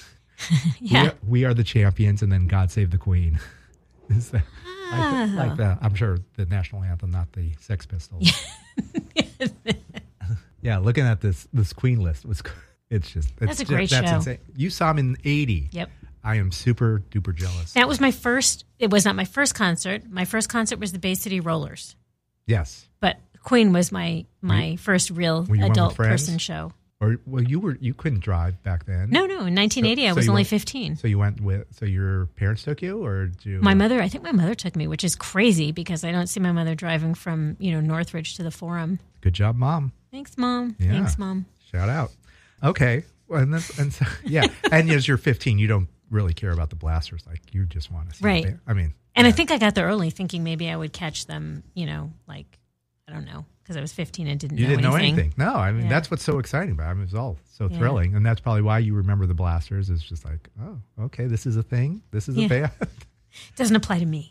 [SPEAKER 2] Yeah.
[SPEAKER 1] we, are, we are the champions, and then God Save the Queen. (laughs) Is that- I
[SPEAKER 2] Ah.
[SPEAKER 1] think like that. I'm sure the national anthem, not the
[SPEAKER 2] (laughs)
[SPEAKER 1] Sex Pistols. (laughs) yeah, looking at this this Queen list was (laughs) it's just it's
[SPEAKER 2] That's a great
[SPEAKER 1] just,
[SPEAKER 2] show.
[SPEAKER 1] That's insane. You saw him in '80.
[SPEAKER 2] Yep.
[SPEAKER 1] I am super duper jealous.
[SPEAKER 2] That was my first. It was not my first concert. My first concert was the Bay City Rollers,
[SPEAKER 1] yes.
[SPEAKER 2] but Queen was my my first real
[SPEAKER 1] you one with
[SPEAKER 2] adult
[SPEAKER 1] friends?
[SPEAKER 2] person show.
[SPEAKER 1] Or well, you were you couldn't drive back then.
[SPEAKER 2] No, no. In 1980,
[SPEAKER 1] So-
[SPEAKER 2] I
[SPEAKER 1] so
[SPEAKER 2] was
[SPEAKER 1] you
[SPEAKER 2] only
[SPEAKER 1] went-
[SPEAKER 2] 15.
[SPEAKER 1] So you went with so your parents took you, or did you?
[SPEAKER 2] my mother, I think my mother took me, which is crazy because I don't see my mother driving from you know Northridge to the Forum.
[SPEAKER 1] Good job, mom.
[SPEAKER 2] Thanks, mom.
[SPEAKER 1] Yeah.
[SPEAKER 2] Thanks, mom.
[SPEAKER 1] Shout out. Okay. Well, and that's, and so, (laughs) yeah. and as you're 15, you don't really care about the blasters. Like you just want to see. the
[SPEAKER 2] Right.
[SPEAKER 1] band. I mean,
[SPEAKER 2] And I think I got there early, thinking maybe I would catch them. You know, like I don't know, because I was 15 and didn't
[SPEAKER 1] you
[SPEAKER 2] know
[SPEAKER 1] didn't know
[SPEAKER 2] anything.
[SPEAKER 1] anything. No, I mean,
[SPEAKER 2] Yeah.
[SPEAKER 1] that's what's so exciting about it. I mean, it's all so thrilling. And that's probably why you remember the blasters. It's just like, oh, okay, this is a thing. This is a
[SPEAKER 2] Yeah.
[SPEAKER 1] band. (laughs)
[SPEAKER 2] Doesn't apply to me.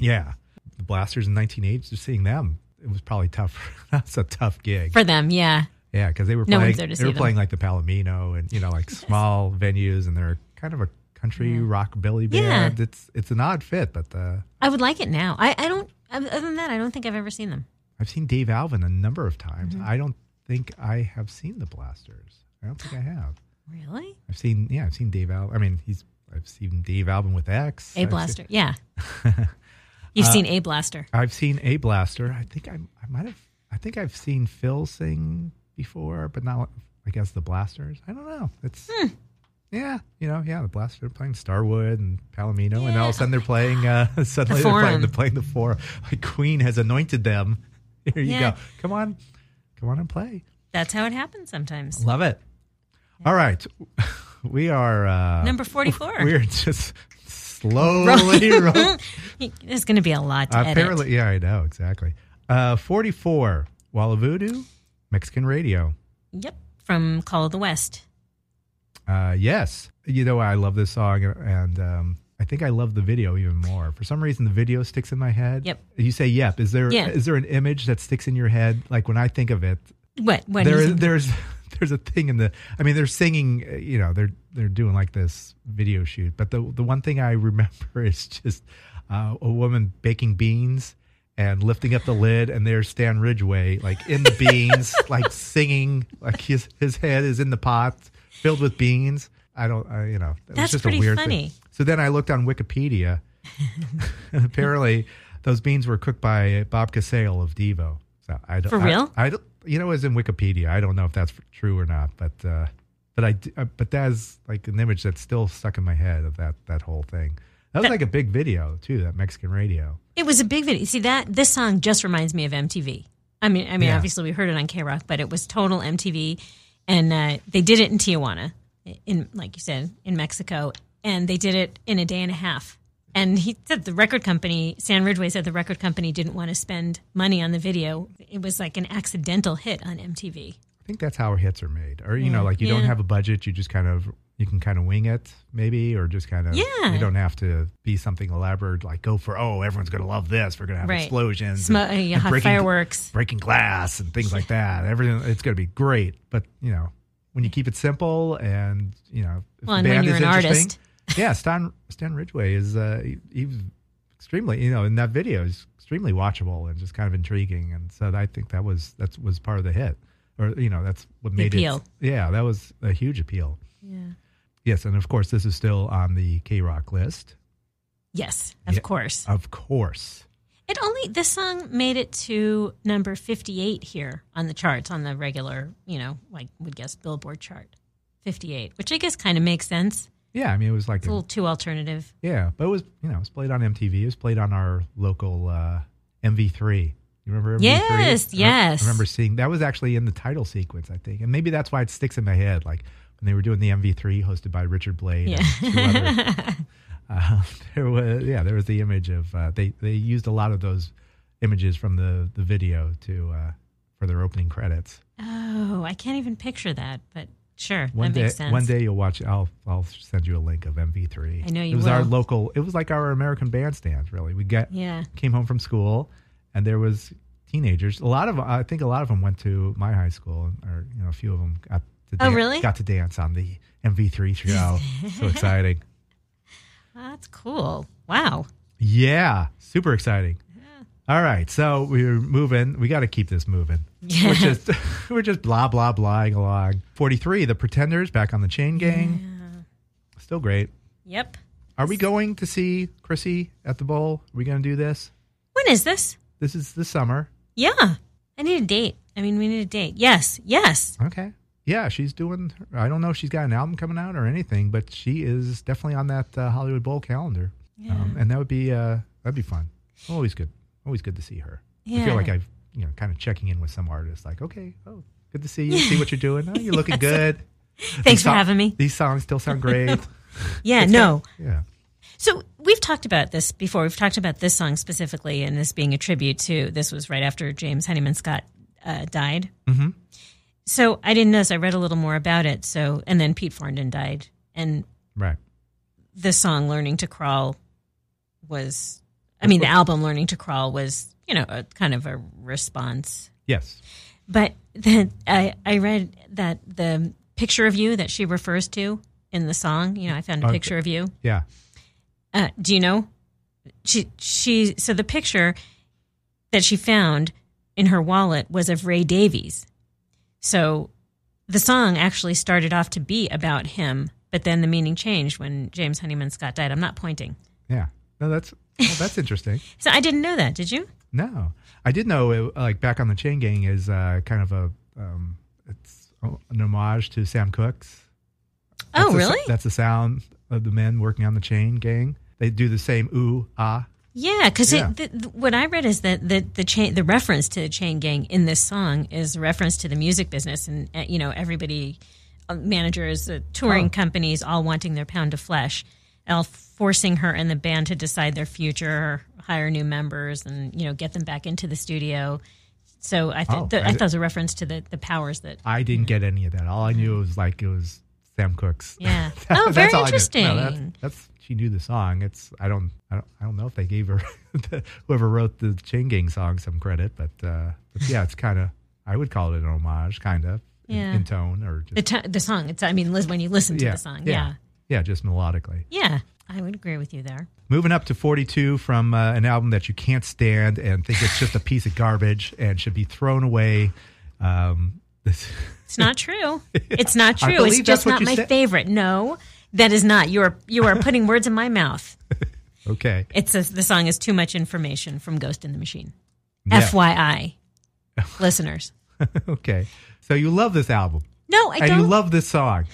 [SPEAKER 1] yeah. The blasters in 1980s, just seeing them, it was probably tough. (laughs) that's a tough gig.
[SPEAKER 2] For them, yeah.
[SPEAKER 1] Yeah, because they were
[SPEAKER 2] No
[SPEAKER 1] playing.
[SPEAKER 2] one's there to
[SPEAKER 1] they
[SPEAKER 2] see
[SPEAKER 1] were
[SPEAKER 2] them.
[SPEAKER 1] playing like the Palomino and you know
[SPEAKER 2] (laughs)
[SPEAKER 1] like small venues, and they're kind of a country rockabilly
[SPEAKER 2] Yeah.
[SPEAKER 1] band. It's it's an odd fit, but the
[SPEAKER 2] I would like it now. I, I don't. Other than that, I don't think I've ever seen them.
[SPEAKER 1] I've seen Dave Alvin a number of times.
[SPEAKER 2] Mm-hmm.
[SPEAKER 1] I don't think I have seen the Blasters. I don't think I have.
[SPEAKER 2] Really?
[SPEAKER 1] I've seen yeah, I've seen Dave Alvin. I mean, he's I've seen Dave Alvin with X.
[SPEAKER 2] A
[SPEAKER 1] I've
[SPEAKER 2] blaster.
[SPEAKER 1] (laughs)
[SPEAKER 2] Yeah. You've
[SPEAKER 1] Uh,
[SPEAKER 2] seen a blaster.
[SPEAKER 1] seen- I've seen a Blaster. I think I I might have. I think I've seen Phil sing before, but not. I guess the Blasters. I don't know. It's. Yeah, you know, yeah, the Blasters are playing Starwood and Palomino, and all of a sudden they're playing. Uh, (laughs) suddenly
[SPEAKER 2] The
[SPEAKER 1] they're playing
[SPEAKER 2] Forum.
[SPEAKER 1] the playing the four. Like Queen has anointed them. (laughs) Here you
[SPEAKER 2] Yeah.
[SPEAKER 1] go. Come on, come on and play.
[SPEAKER 2] That's how it happens sometimes.
[SPEAKER 1] Love it. All right. (laughs) We are uh
[SPEAKER 2] Number 44.
[SPEAKER 1] We're (laughs) just slowly rolling.
[SPEAKER 2] There's going to be a lot to edit.
[SPEAKER 1] Uh, Apparently, yeah, I know exactly. Uh 44 Walla Voodoo Mexican Radio.
[SPEAKER 2] Yep. From Call of the West.
[SPEAKER 1] Uh yes. You know I love this song and um I think I love the video even more. For some reason the video sticks in my head.
[SPEAKER 2] Yep.
[SPEAKER 1] You say yep. Is there is
[SPEAKER 2] Yeah.
[SPEAKER 1] there an image that sticks in your head like when I think of it
[SPEAKER 2] What? What?
[SPEAKER 1] there
[SPEAKER 2] is
[SPEAKER 1] is there's (laughs) there's a thing in the I mean they're singing uh, you know they're they're doing like this video shoot but the the one thing I (laughs) remember is just uh, a woman baking beans and lifting up the lid and there's Stan Ridgway like
[SPEAKER 2] (laughs)
[SPEAKER 1] in the beans like singing like his his head is in the pot filled with beans I don't I, you know it was
[SPEAKER 2] That's
[SPEAKER 1] just
[SPEAKER 2] pretty
[SPEAKER 1] a weird
[SPEAKER 2] funny.
[SPEAKER 1] thing. So then I looked on Wikipedia and apparently those beans were cooked by Bob Casale of Devo. So I don't,
[SPEAKER 2] For
[SPEAKER 1] I-
[SPEAKER 2] real?
[SPEAKER 1] I, don't, you know, it's in Wikipedia. I don't know if that's true or not, but uh, but I d- uh, but that's like an image that's still stuck in my head of that that whole thing. That was like a big video too. That Mexican radio.
[SPEAKER 2] It was a big video. See that this song just reminds me of MTV. I mean, I mean,
[SPEAKER 1] Yeah.
[SPEAKER 2] obviously we heard it on K Rock, but it was total MTV, and uh, they did it in Tijuana, in like you said, in Mexico, and they did it in a day and a half. And he said the record company, San Ridgway said the record company didn't want to spend money on the video. It was like an accidental hit on MTV.
[SPEAKER 1] I think that's how hits are made. Or you know, like you don't
[SPEAKER 2] Yeah.
[SPEAKER 1] have a budget, you just kind of you can kind of wing it, maybe, or just kind of
[SPEAKER 2] Yeah.
[SPEAKER 1] You don't have to be something elaborate. Like go for oh, everyone's gonna love this. We're gonna have
[SPEAKER 2] Right.
[SPEAKER 1] explosions,
[SPEAKER 2] Smo-
[SPEAKER 1] Mm-hmm. and-
[SPEAKER 2] uh, yeah, hot
[SPEAKER 1] and
[SPEAKER 2] fireworks.
[SPEAKER 1] breaking glass, and things like that. Everything it's gonna be great. But you know, when you keep it simple, and you know, if
[SPEAKER 2] Well, and
[SPEAKER 1] the
[SPEAKER 2] when
[SPEAKER 1] band
[SPEAKER 2] you're
[SPEAKER 1] is
[SPEAKER 2] an
[SPEAKER 1] interesting-
[SPEAKER 2] artist,
[SPEAKER 1] yeah, Stan Stan Ridgway is uh, he, he's extremely you know in that video is extremely watchable and just kind of intriguing, and so I think that was that was part of the hit, or you know that's what made
[SPEAKER 2] appeal.
[SPEAKER 1] it. Yeah, that was a huge appeal.
[SPEAKER 2] yeah.
[SPEAKER 1] Yes, and of course this is still on the K Rock list.
[SPEAKER 2] yes, of
[SPEAKER 1] Yeah.
[SPEAKER 2] course.
[SPEAKER 1] Of course,
[SPEAKER 2] It only this song made it to number fifty-eight here on the charts on the regular, you know, like would guess Billboard chart, fifty-eight, which I guess kind of makes sense.
[SPEAKER 1] yeah. I mean it was like
[SPEAKER 2] It's a little too alternative.
[SPEAKER 1] yeah, but it was you know it was played on MTV. It was played on our local uh, MV3. You remember? MV3?
[SPEAKER 2] Yes,
[SPEAKER 1] I rem-
[SPEAKER 2] yes.
[SPEAKER 1] I remember seeing that was actually in the title sequence, I think, and maybe that's why it sticks in my head. Like when they were doing the MV3, hosted by Richard Blade. and two others,
[SPEAKER 2] (laughs) Yeah,
[SPEAKER 1] uh, (laughs) there was yeah, there was the image of uh, they they used a lot of those images from the the video to uh, for their opening credits.
[SPEAKER 2] oh, I can't even picture that, but sure,
[SPEAKER 1] One
[SPEAKER 2] that
[SPEAKER 1] day,
[SPEAKER 2] makes sense.
[SPEAKER 1] one day you'll watch. I'll I'll send you a link of MV3.
[SPEAKER 2] I know you
[SPEAKER 1] It was our
[SPEAKER 2] will.
[SPEAKER 1] local. It was like our American bandstand. Really, we got
[SPEAKER 2] yeah,
[SPEAKER 1] came home from school and there was teenagers a lot of i think a lot of them went to my high school or you know a few of them got to
[SPEAKER 2] Oh,
[SPEAKER 1] dan-
[SPEAKER 2] really?
[SPEAKER 1] got to dance on the mv3
[SPEAKER 2] (laughs)
[SPEAKER 1] show so exciting
[SPEAKER 2] Ah, that's cool. Wow,
[SPEAKER 1] yeah super exciting all right so we're moving we got to keep this moving
[SPEAKER 2] Yeah.
[SPEAKER 1] we're just (laughs) we're just blah blah blahing along 43 the pretenders back on the chain gang still great
[SPEAKER 2] yep.
[SPEAKER 1] are we going to see chrissy at the bowl are we going to do this
[SPEAKER 2] When is this?
[SPEAKER 1] this is this summer
[SPEAKER 2] Yeah, I need a date. I mean, we need a date. Yes, yes.
[SPEAKER 1] Okay. Yeah, she's doing. I don't know if she's got an album coming out or anything, but she is definitely on that uh, Hollywood Bowl calendar, um, and that would be uh, that'd be fun. Always good. Always good to see her. I
[SPEAKER 2] Yeah.
[SPEAKER 1] feel like I've you know kind of checking in with some artists. Like, okay, oh, good to see
[SPEAKER 2] (laughs)
[SPEAKER 1] you. See what you're doing. Oh, you're looking good.
[SPEAKER 2] Thanks for having me.
[SPEAKER 1] These songs still sound
[SPEAKER 2] (laughs)
[SPEAKER 1] great.
[SPEAKER 2] Yeah, no.
[SPEAKER 1] yeah.
[SPEAKER 2] So we've talked about this before. We've talked about this song specifically, and this being a tribute to this was right after James Honeyman Scott uh, died. Mm-hmm. So I didn't know this. I read a little more about it. So and then Pete Farndon died, and
[SPEAKER 1] Right.
[SPEAKER 2] the song "Learning to Crawl" was. I mean, the album "Learning to Crawl" was you know a, kind of a response
[SPEAKER 1] Yes.
[SPEAKER 2] but then I I read that the picture of you that she refers to in the song, you know, I found a
[SPEAKER 1] Okay.
[SPEAKER 2] picture of you.
[SPEAKER 1] Yeah.
[SPEAKER 2] Uh, do you know? She she so the picture that she found in her wallet was of Ray Davies. So the song actually started off to be about him, but then the meaning changed when James Honeyman Scott died. I'm not pointing.
[SPEAKER 1] Yeah. No, that's well, that's interesting.
[SPEAKER 2] So I didn't know that. Did you?
[SPEAKER 1] No, I did know. It, like back on the chain gang is uh, kind of a um, it's an homage to Sam Cooke's.
[SPEAKER 2] Oh,
[SPEAKER 1] That's the-
[SPEAKER 2] really?
[SPEAKER 1] that's the sound of the men working on the chain gang. They do the same ooh ah.
[SPEAKER 2] Yeah, because
[SPEAKER 1] Yeah.
[SPEAKER 2] th th- what I read is that the the chain the reference to the chain gang in this song is a reference to the music business, and uh, you know everybody, uh, managers, uh, touring
[SPEAKER 1] Oh.
[SPEAKER 2] companies, all wanting their pound of flesh, all forcing her and the band to decide their future, hire new members, and you know get them back into the studio. So I th-
[SPEAKER 1] Oh,
[SPEAKER 2] th- I,
[SPEAKER 1] I
[SPEAKER 2] thought it was a reference to the the powers
[SPEAKER 1] (laughs)
[SPEAKER 2] that.
[SPEAKER 1] I didn't get any of that. All I knew was like it was Sam Cooke's. (laughs)
[SPEAKER 2] Yeah. Oh, very
[SPEAKER 1] all I knew. No, that-
[SPEAKER 2] interesting.
[SPEAKER 1] that's she knew the song. It's I don't I don't I don't know if they gave her (laughs) whoever wrote the chain gang song some credit, but, uh, but yeah, it's kind of I would call it an homage, kind of in-
[SPEAKER 2] Yeah.
[SPEAKER 1] in, tone or just
[SPEAKER 2] The, t- the song, it's, I mean, Liz, when you listen to the song, yeah.
[SPEAKER 1] Yeah, just melodically.
[SPEAKER 2] yeah. I would agree with you there.
[SPEAKER 1] Moving up to 42 from uh, an album that you can't stand and think it's just a piece of garbage and should be thrown away. Um, this,
[SPEAKER 2] It's not
[SPEAKER 1] (laughs)
[SPEAKER 2] true. It's not
[SPEAKER 1] I
[SPEAKER 2] true. It's
[SPEAKER 1] believe that's
[SPEAKER 2] just
[SPEAKER 1] what
[SPEAKER 2] not
[SPEAKER 1] you
[SPEAKER 2] my
[SPEAKER 1] said.
[SPEAKER 2] favorite. No, that is not. You are you are putting words in my mouth.
[SPEAKER 1] okay. (laughs)
[SPEAKER 2] It's a, the song is too much information from Ghost in the Machine.
[SPEAKER 1] Yeah.
[SPEAKER 2] FYI,
[SPEAKER 1] (laughs)
[SPEAKER 2] listeners.
[SPEAKER 1] okay. So you love this album
[SPEAKER 2] No, I
[SPEAKER 1] and you
[SPEAKER 2] don't.
[SPEAKER 1] love this song.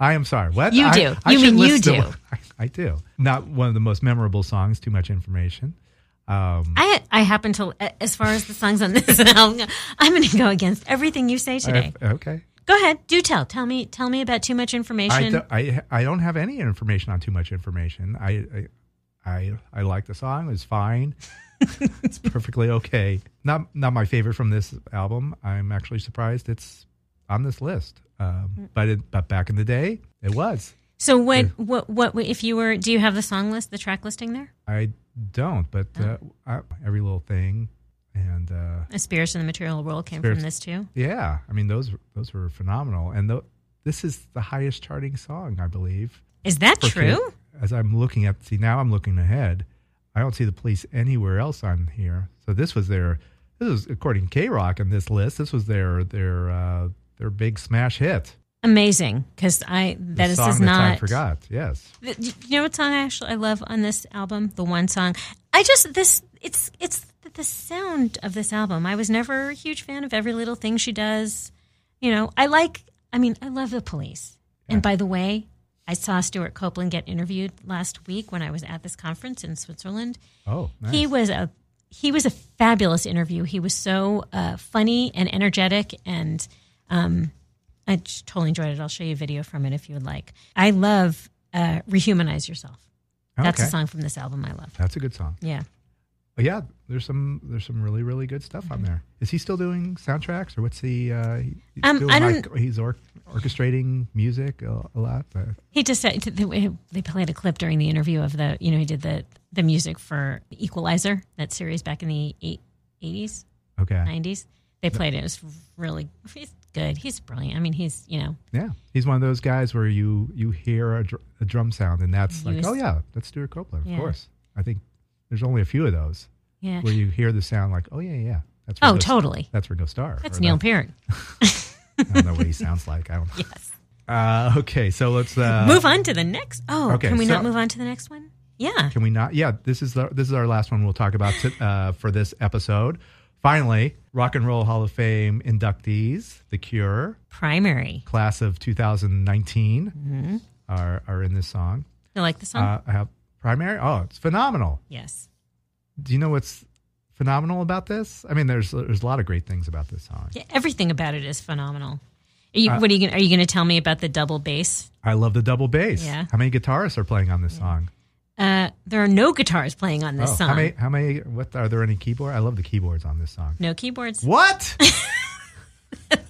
[SPEAKER 1] I am sorry. What
[SPEAKER 3] You
[SPEAKER 1] I-
[SPEAKER 3] do.
[SPEAKER 1] I
[SPEAKER 3] You
[SPEAKER 1] should
[SPEAKER 3] mean you
[SPEAKER 1] list the-
[SPEAKER 3] do.
[SPEAKER 1] I, (laughs) I do. Not one of the most memorable songs. Too much information. Um,
[SPEAKER 2] I I happen to as far as the songs on this (laughs) album, I'm going to go against everything you say today.
[SPEAKER 1] I- okay.
[SPEAKER 2] go ahead, do tell. Tell me tell me about too much
[SPEAKER 1] I,
[SPEAKER 2] information.
[SPEAKER 1] do, I I don't have any information on too much information. I I I, I like the song. It's fine. it's perfectly okay. Not not my favorite from this album. I'm actually surprised it's on this list. Um, but it, but back in the day, it was.
[SPEAKER 2] so what what what if you were? Do you have the song list, the track listing there?
[SPEAKER 1] I don't. But uh, I, every little thing, and uh,
[SPEAKER 2] A Spirits in the Material World came
[SPEAKER 1] Spirits.
[SPEAKER 2] from this too.
[SPEAKER 1] yeah, I mean those those were phenomenal. And tho- this is the highest charting song, I believe.
[SPEAKER 2] Is that
[SPEAKER 1] for
[SPEAKER 2] true?
[SPEAKER 1] Kate, as I'm looking at, see, now I'm looking ahead. I don't see the police anywhere else on here. So this was their, this is according to K Rock in this list. This was their their uh, their big smash hit.
[SPEAKER 2] Amazing, because I
[SPEAKER 1] The
[SPEAKER 2] that is,
[SPEAKER 1] song
[SPEAKER 2] is
[SPEAKER 1] that
[SPEAKER 2] not.
[SPEAKER 1] I forgot. Yes,
[SPEAKER 2] Th- You know what song I actually I love on this album? The one song I just this it's it's the sound of this album. I was never a huge fan of every little thing she does. You know, I like. I mean, I love the Police. And by the way, I saw Stuart Copeland get interviewed last week when I was at this conference in Switzerland.
[SPEAKER 1] Oh, nice.
[SPEAKER 2] He was a he was a fabulous interview. He was so uh, funny and energetic, and um, I j- totally enjoyed it. I'll show you a video from it if you would like. I love uh, "Rehumanize Yourself." That's a
[SPEAKER 1] Okay.
[SPEAKER 2] song from this album I love.
[SPEAKER 1] That's a good song.
[SPEAKER 2] Yeah,
[SPEAKER 1] But yeah, there's some there's some really really good stuff on there. Is he still doing soundtracks or what's he? Uh, he- he's
[SPEAKER 2] Um,
[SPEAKER 1] doing
[SPEAKER 2] I don't-
[SPEAKER 1] like- he's or- orchestrating music a, a lot. but-
[SPEAKER 2] he just said they played a clip during the interview of the you know he did the the music for Equalizer that series back in the eight- 80s,
[SPEAKER 1] okay,
[SPEAKER 2] 90s. They played it. It was really he's good. He's brilliant. I mean, he's you know
[SPEAKER 1] Yeah, he's one of those guys where you you hear a, dr- a drum sound and that's like,
[SPEAKER 2] Yes.
[SPEAKER 1] oh yeah, that's Stuart Copeland,
[SPEAKER 2] Yeah.
[SPEAKER 1] of course. I think there's only a few of those
[SPEAKER 2] yeah.
[SPEAKER 1] where you hear the sound like, oh yeah, yeah, that's
[SPEAKER 2] Oh,
[SPEAKER 1] Ringo-
[SPEAKER 2] totally.
[SPEAKER 1] that's Ringo Starr.
[SPEAKER 2] That's
[SPEAKER 1] or
[SPEAKER 2] Neil
[SPEAKER 1] that-
[SPEAKER 2] Peart.
[SPEAKER 1] I don't
[SPEAKER 2] (laughs)
[SPEAKER 1] know what he sounds like. I don't. know.
[SPEAKER 2] Yes.
[SPEAKER 1] Uh, okay, so let's uh,
[SPEAKER 2] move on to the next. Oh,
[SPEAKER 1] okay,
[SPEAKER 2] can we
[SPEAKER 1] so-
[SPEAKER 2] not move on to the next one? Yeah.
[SPEAKER 1] Can we not? Yeah, this is the, this is our last one we'll talk about t- uh, for this episode. Finally, Rock and Roll Hall of Fame inductees, The Cure,
[SPEAKER 2] Primary.
[SPEAKER 1] class of 2019,
[SPEAKER 2] Mm-hmm.
[SPEAKER 1] are are in this song.
[SPEAKER 2] You like the song?
[SPEAKER 1] Uh, I have primary. Oh, it's phenomenal.
[SPEAKER 2] yes.
[SPEAKER 1] Do you know what's phenomenal about this? I mean, there's there's a lot of great things about this song.
[SPEAKER 2] Yeah, everything about it is phenomenal. Are
[SPEAKER 1] Uh,
[SPEAKER 2] you, what are you? gonna- Are you going to tell me about the double bass?
[SPEAKER 1] I love the double bass.
[SPEAKER 2] Yeah.
[SPEAKER 1] How many guitarists are playing on this song?
[SPEAKER 2] Uh, there are no guitars playing on this
[SPEAKER 1] Oh,
[SPEAKER 2] song.
[SPEAKER 1] How many? How many? What are there any keyboard? I love the keyboards on this song.
[SPEAKER 2] no keyboards. (laughs)
[SPEAKER 1] What?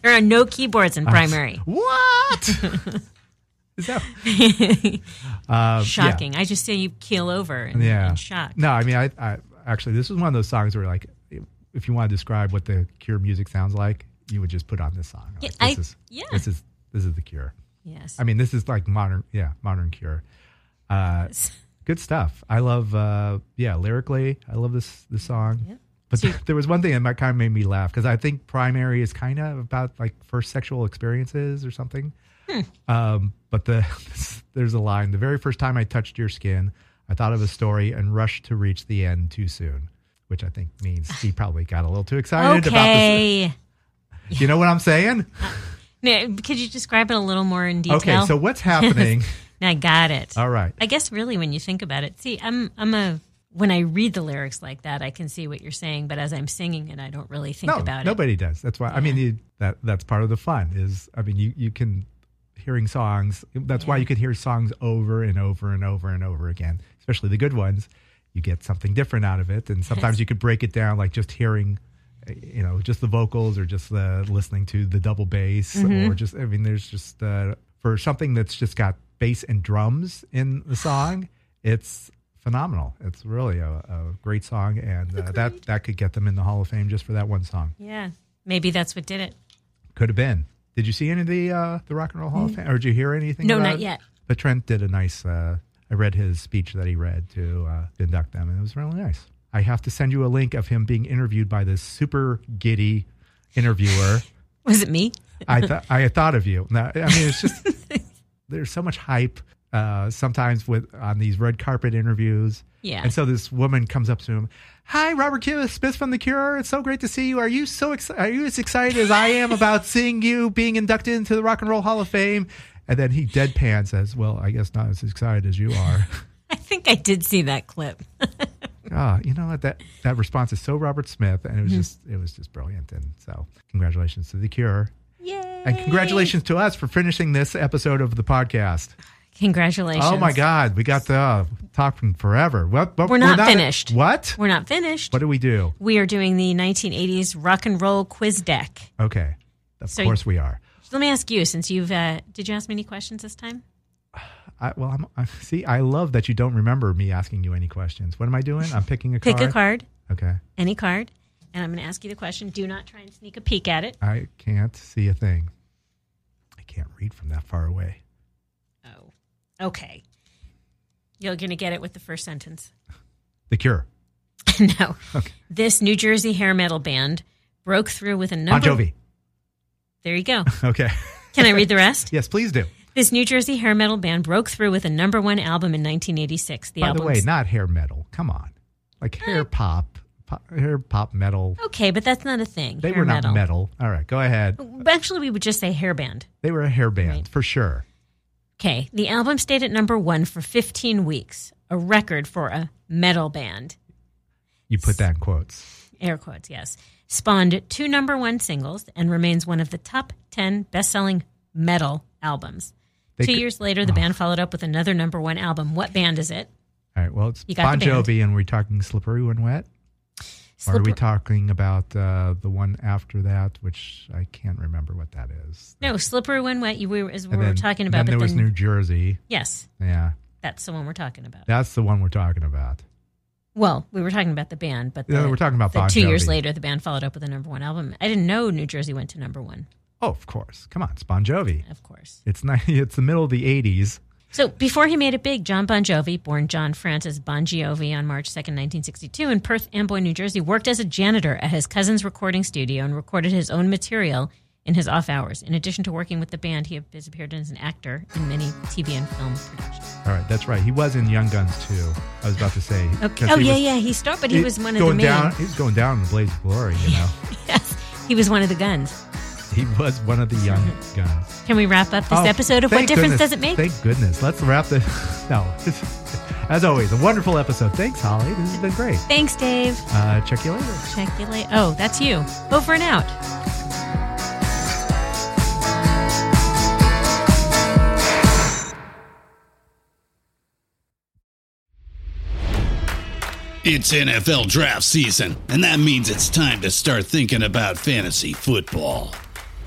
[SPEAKER 2] There are no keyboards in
[SPEAKER 1] Uh,
[SPEAKER 2] primary.
[SPEAKER 1] what? Is that uh, yeah.
[SPEAKER 2] Shocking. I just say you keel over and,
[SPEAKER 1] Yeah.
[SPEAKER 2] and shock.
[SPEAKER 1] No, I mean, I, I actually this is one of those songs where like, if you want to describe what the Cure music sounds like, you would just put on this song. Like,
[SPEAKER 2] I-
[SPEAKER 1] this is,
[SPEAKER 2] yeah.
[SPEAKER 1] This is this is the Cure.
[SPEAKER 2] Yes.
[SPEAKER 1] I mean, this is like modern, yeah, modern cure. Uh, good stuff. I love, uh, yeah, lyrically, I love this this song. But
[SPEAKER 2] So-
[SPEAKER 1] there was one thing that kind of made me laugh because I think primary is kind of about like first sexual experiences or something.
[SPEAKER 2] Hmm.
[SPEAKER 1] Um, but the (laughs) there's a line: the very first time I touched your skin, I thought of a story and rushed to reach the end too soon, which I think means he probably got a little too excited about
[SPEAKER 2] okay.
[SPEAKER 1] this. You know what I'm saying?
[SPEAKER 2] Now, could you describe it a little more in detail?
[SPEAKER 1] Okay, so
[SPEAKER 2] (laughs)
[SPEAKER 1] what's happening?
[SPEAKER 2] I got it.
[SPEAKER 1] All right.
[SPEAKER 2] I guess really when you think about it, see, I'm I'm a when I read the lyrics like that, I can see what you're saying, but as I'm singing it, I don't really think
[SPEAKER 1] no,
[SPEAKER 2] about it.
[SPEAKER 1] nobody does. That's why. I mean, you, that that's part of the fun. Is I mean, you you can hearing songs. That's why you could hear songs over and over and over and over again, especially the good ones. You get something different out of it, and sometimes you could break it down, like just hearing, uh, you know, just the vocals or just uh, listening to the double bass or just. I mean, there's just uh, for something that's just got bass and drums in the song. It's phenomenal. It's really a, a great song, and uh, that that could get them in the Hall of Fame just for that one song.
[SPEAKER 2] Yeah. Maybe that's what did it. (laughs)
[SPEAKER 1] Could have been. Did you see any of the uh, the Rock and Roll Hall of Fame, or did you hear anything?
[SPEAKER 2] Mm. No,
[SPEAKER 1] about
[SPEAKER 2] not
[SPEAKER 1] it?
[SPEAKER 2] yet.
[SPEAKER 1] But Trent did a nice. Uh, I read his speech that he read to uh, to induct them, and it was really nice. I have to send you a link of him being interviewed by this super giddy
[SPEAKER 2] (laughs)
[SPEAKER 1] interviewer.
[SPEAKER 2] Was it me?
[SPEAKER 1] I thought I had thought of you. No, I mean, it's just there's so much hype uh, sometimes with on these red carpet interviews.
[SPEAKER 2] Yeah.
[SPEAKER 1] And so this woman comes up to him. Hi, Robert Kiv- Smith from The Cure. It's so great to see you. Are you so excited? Are you as excited as I am about seeing you being inducted into the Rock and Roll Hall of Fame? And then he deadpan says, "Well, I guess not as excited as you are." (laughs)
[SPEAKER 2] I think I did see that clip.
[SPEAKER 1] Ah, you know what? That that response is so Robert Smith, and it was just it was just brilliant. And so, congratulations to the Cure,
[SPEAKER 2] Yay!
[SPEAKER 1] and congratulations to us for finishing this episode of the podcast.
[SPEAKER 2] Congratulations.
[SPEAKER 1] Oh my God, we got the uh, talk from forever. What, what,
[SPEAKER 2] We're not finished.
[SPEAKER 1] What?
[SPEAKER 2] We're not finished.
[SPEAKER 1] What do we do?
[SPEAKER 2] We are doing the 1980s rock and roll quiz deck.
[SPEAKER 1] Okay, of
[SPEAKER 2] So-
[SPEAKER 1] course we are.
[SPEAKER 2] Let me ask you, since you've uh, did you ask me any questions this time?
[SPEAKER 1] I, well, I'm, I see. I love that you don't remember me asking you any questions. What am I doing? I'm picking
[SPEAKER 2] (laughs)
[SPEAKER 1] a
[SPEAKER 2] Pick
[SPEAKER 1] card.
[SPEAKER 2] a card,
[SPEAKER 1] Okay,
[SPEAKER 2] any card, and I'm going to ask you the question. Do not try and sneak a peek at it.
[SPEAKER 1] I can't see a thing. I can't read from that far away.
[SPEAKER 2] Oh, okay. You're going to get it with the first sentence.
[SPEAKER 1] The Cure,
[SPEAKER 2] (laughs) no.
[SPEAKER 1] Okay.
[SPEAKER 2] This New Jersey hair metal band broke through with a
[SPEAKER 1] Bon
[SPEAKER 2] number.
[SPEAKER 1] Jovi.
[SPEAKER 2] There you go.
[SPEAKER 1] Okay, (laughs)
[SPEAKER 2] Can I read the rest?
[SPEAKER 1] yes, please do.
[SPEAKER 2] This New Jersey hair metal band broke through with a number one album in 1986. The
[SPEAKER 1] By
[SPEAKER 2] album.
[SPEAKER 1] the way, not hair metal. Come on, like hair pop, pop hair pop metal.
[SPEAKER 2] okay, but that's not a thing.
[SPEAKER 1] They
[SPEAKER 2] hair
[SPEAKER 1] were not
[SPEAKER 2] metal.
[SPEAKER 1] metal. All right, go ahead.
[SPEAKER 2] But Actually, we would just say hair band.
[SPEAKER 1] They were a hair band
[SPEAKER 2] Right.
[SPEAKER 1] for sure.
[SPEAKER 2] Okay, the album stayed at number one for 15 weeks, a record for a metal band.
[SPEAKER 1] You put that in quotes.
[SPEAKER 2] Air quotes, yes. Spawned two number one singles and remains one of the top 10 best selling metal albums.
[SPEAKER 1] They
[SPEAKER 2] Two
[SPEAKER 1] could-
[SPEAKER 2] years later, the band followed up with another number one album. What band is it?
[SPEAKER 1] All right. Well, it's
[SPEAKER 2] You got
[SPEAKER 1] Bon
[SPEAKER 2] the band.
[SPEAKER 1] Jovi, and we're talking "Slippery When Wet." Or are we
[SPEAKER 2] Slipper-
[SPEAKER 1] talking about uh, the one after that, which I can't remember what that is?
[SPEAKER 2] no, Slippery When Wet you, we were, is what
[SPEAKER 1] And
[SPEAKER 2] we were
[SPEAKER 1] then-
[SPEAKER 2] talking about.
[SPEAKER 1] Then there
[SPEAKER 2] but
[SPEAKER 1] was
[SPEAKER 2] then,
[SPEAKER 1] New Jersey.
[SPEAKER 2] yes,
[SPEAKER 1] Yeah,
[SPEAKER 2] that's the one we're talking about.
[SPEAKER 1] that's the one we're talking about.
[SPEAKER 2] Well, we were talking about the band, but the,
[SPEAKER 1] Yeah, we're talking about
[SPEAKER 2] the
[SPEAKER 1] Bon
[SPEAKER 2] two years
[SPEAKER 1] Jovi.
[SPEAKER 2] later, the band followed up with a number one album. I didn't know New Jersey went to number one,
[SPEAKER 1] Oh, of course. Come on, it's Bon Jovi.
[SPEAKER 2] of course.
[SPEAKER 1] It's not, (laughs) It's the middle of the '80s.
[SPEAKER 2] So before he made it big, John Bon Jovi, born John Francis Bon Jovi on March 2nd, 1962, in Perth Amboy, New Jersey, worked as a janitor at his cousin's recording studio and recorded his own material in his off hours. In addition to working with the band, he has appeared as an actor in many TV and film productions.
[SPEAKER 1] All right, that's right. He was in Young Guns too. I was about to say.
[SPEAKER 2] Okay.
[SPEAKER 1] 'cause
[SPEAKER 2] Oh
[SPEAKER 1] he
[SPEAKER 2] yeah,
[SPEAKER 1] was-
[SPEAKER 2] yeah. He started, but he was one of the
[SPEAKER 1] going
[SPEAKER 2] main.
[SPEAKER 1] down. He was going down in the blaze of glory. You know,
[SPEAKER 2] (laughs) Yes, he was one of the guns.
[SPEAKER 1] he was one of the young guns.
[SPEAKER 2] Can we wrap up this
[SPEAKER 1] Oh,
[SPEAKER 2] episode of What
[SPEAKER 1] thank
[SPEAKER 2] Difference
[SPEAKER 1] goodness.
[SPEAKER 2] Does It Make?
[SPEAKER 1] Thank goodness. Let's wrap this. (laughs) No, as always, a wonderful episode. Thanks, Holly. This has been great.
[SPEAKER 2] Thanks, Dave.
[SPEAKER 1] Uh, check you later.
[SPEAKER 2] Check you later. Oh, that's you. Over and out.
[SPEAKER 3] It's NFL draft season, and that means it's time to start thinking about fantasy football.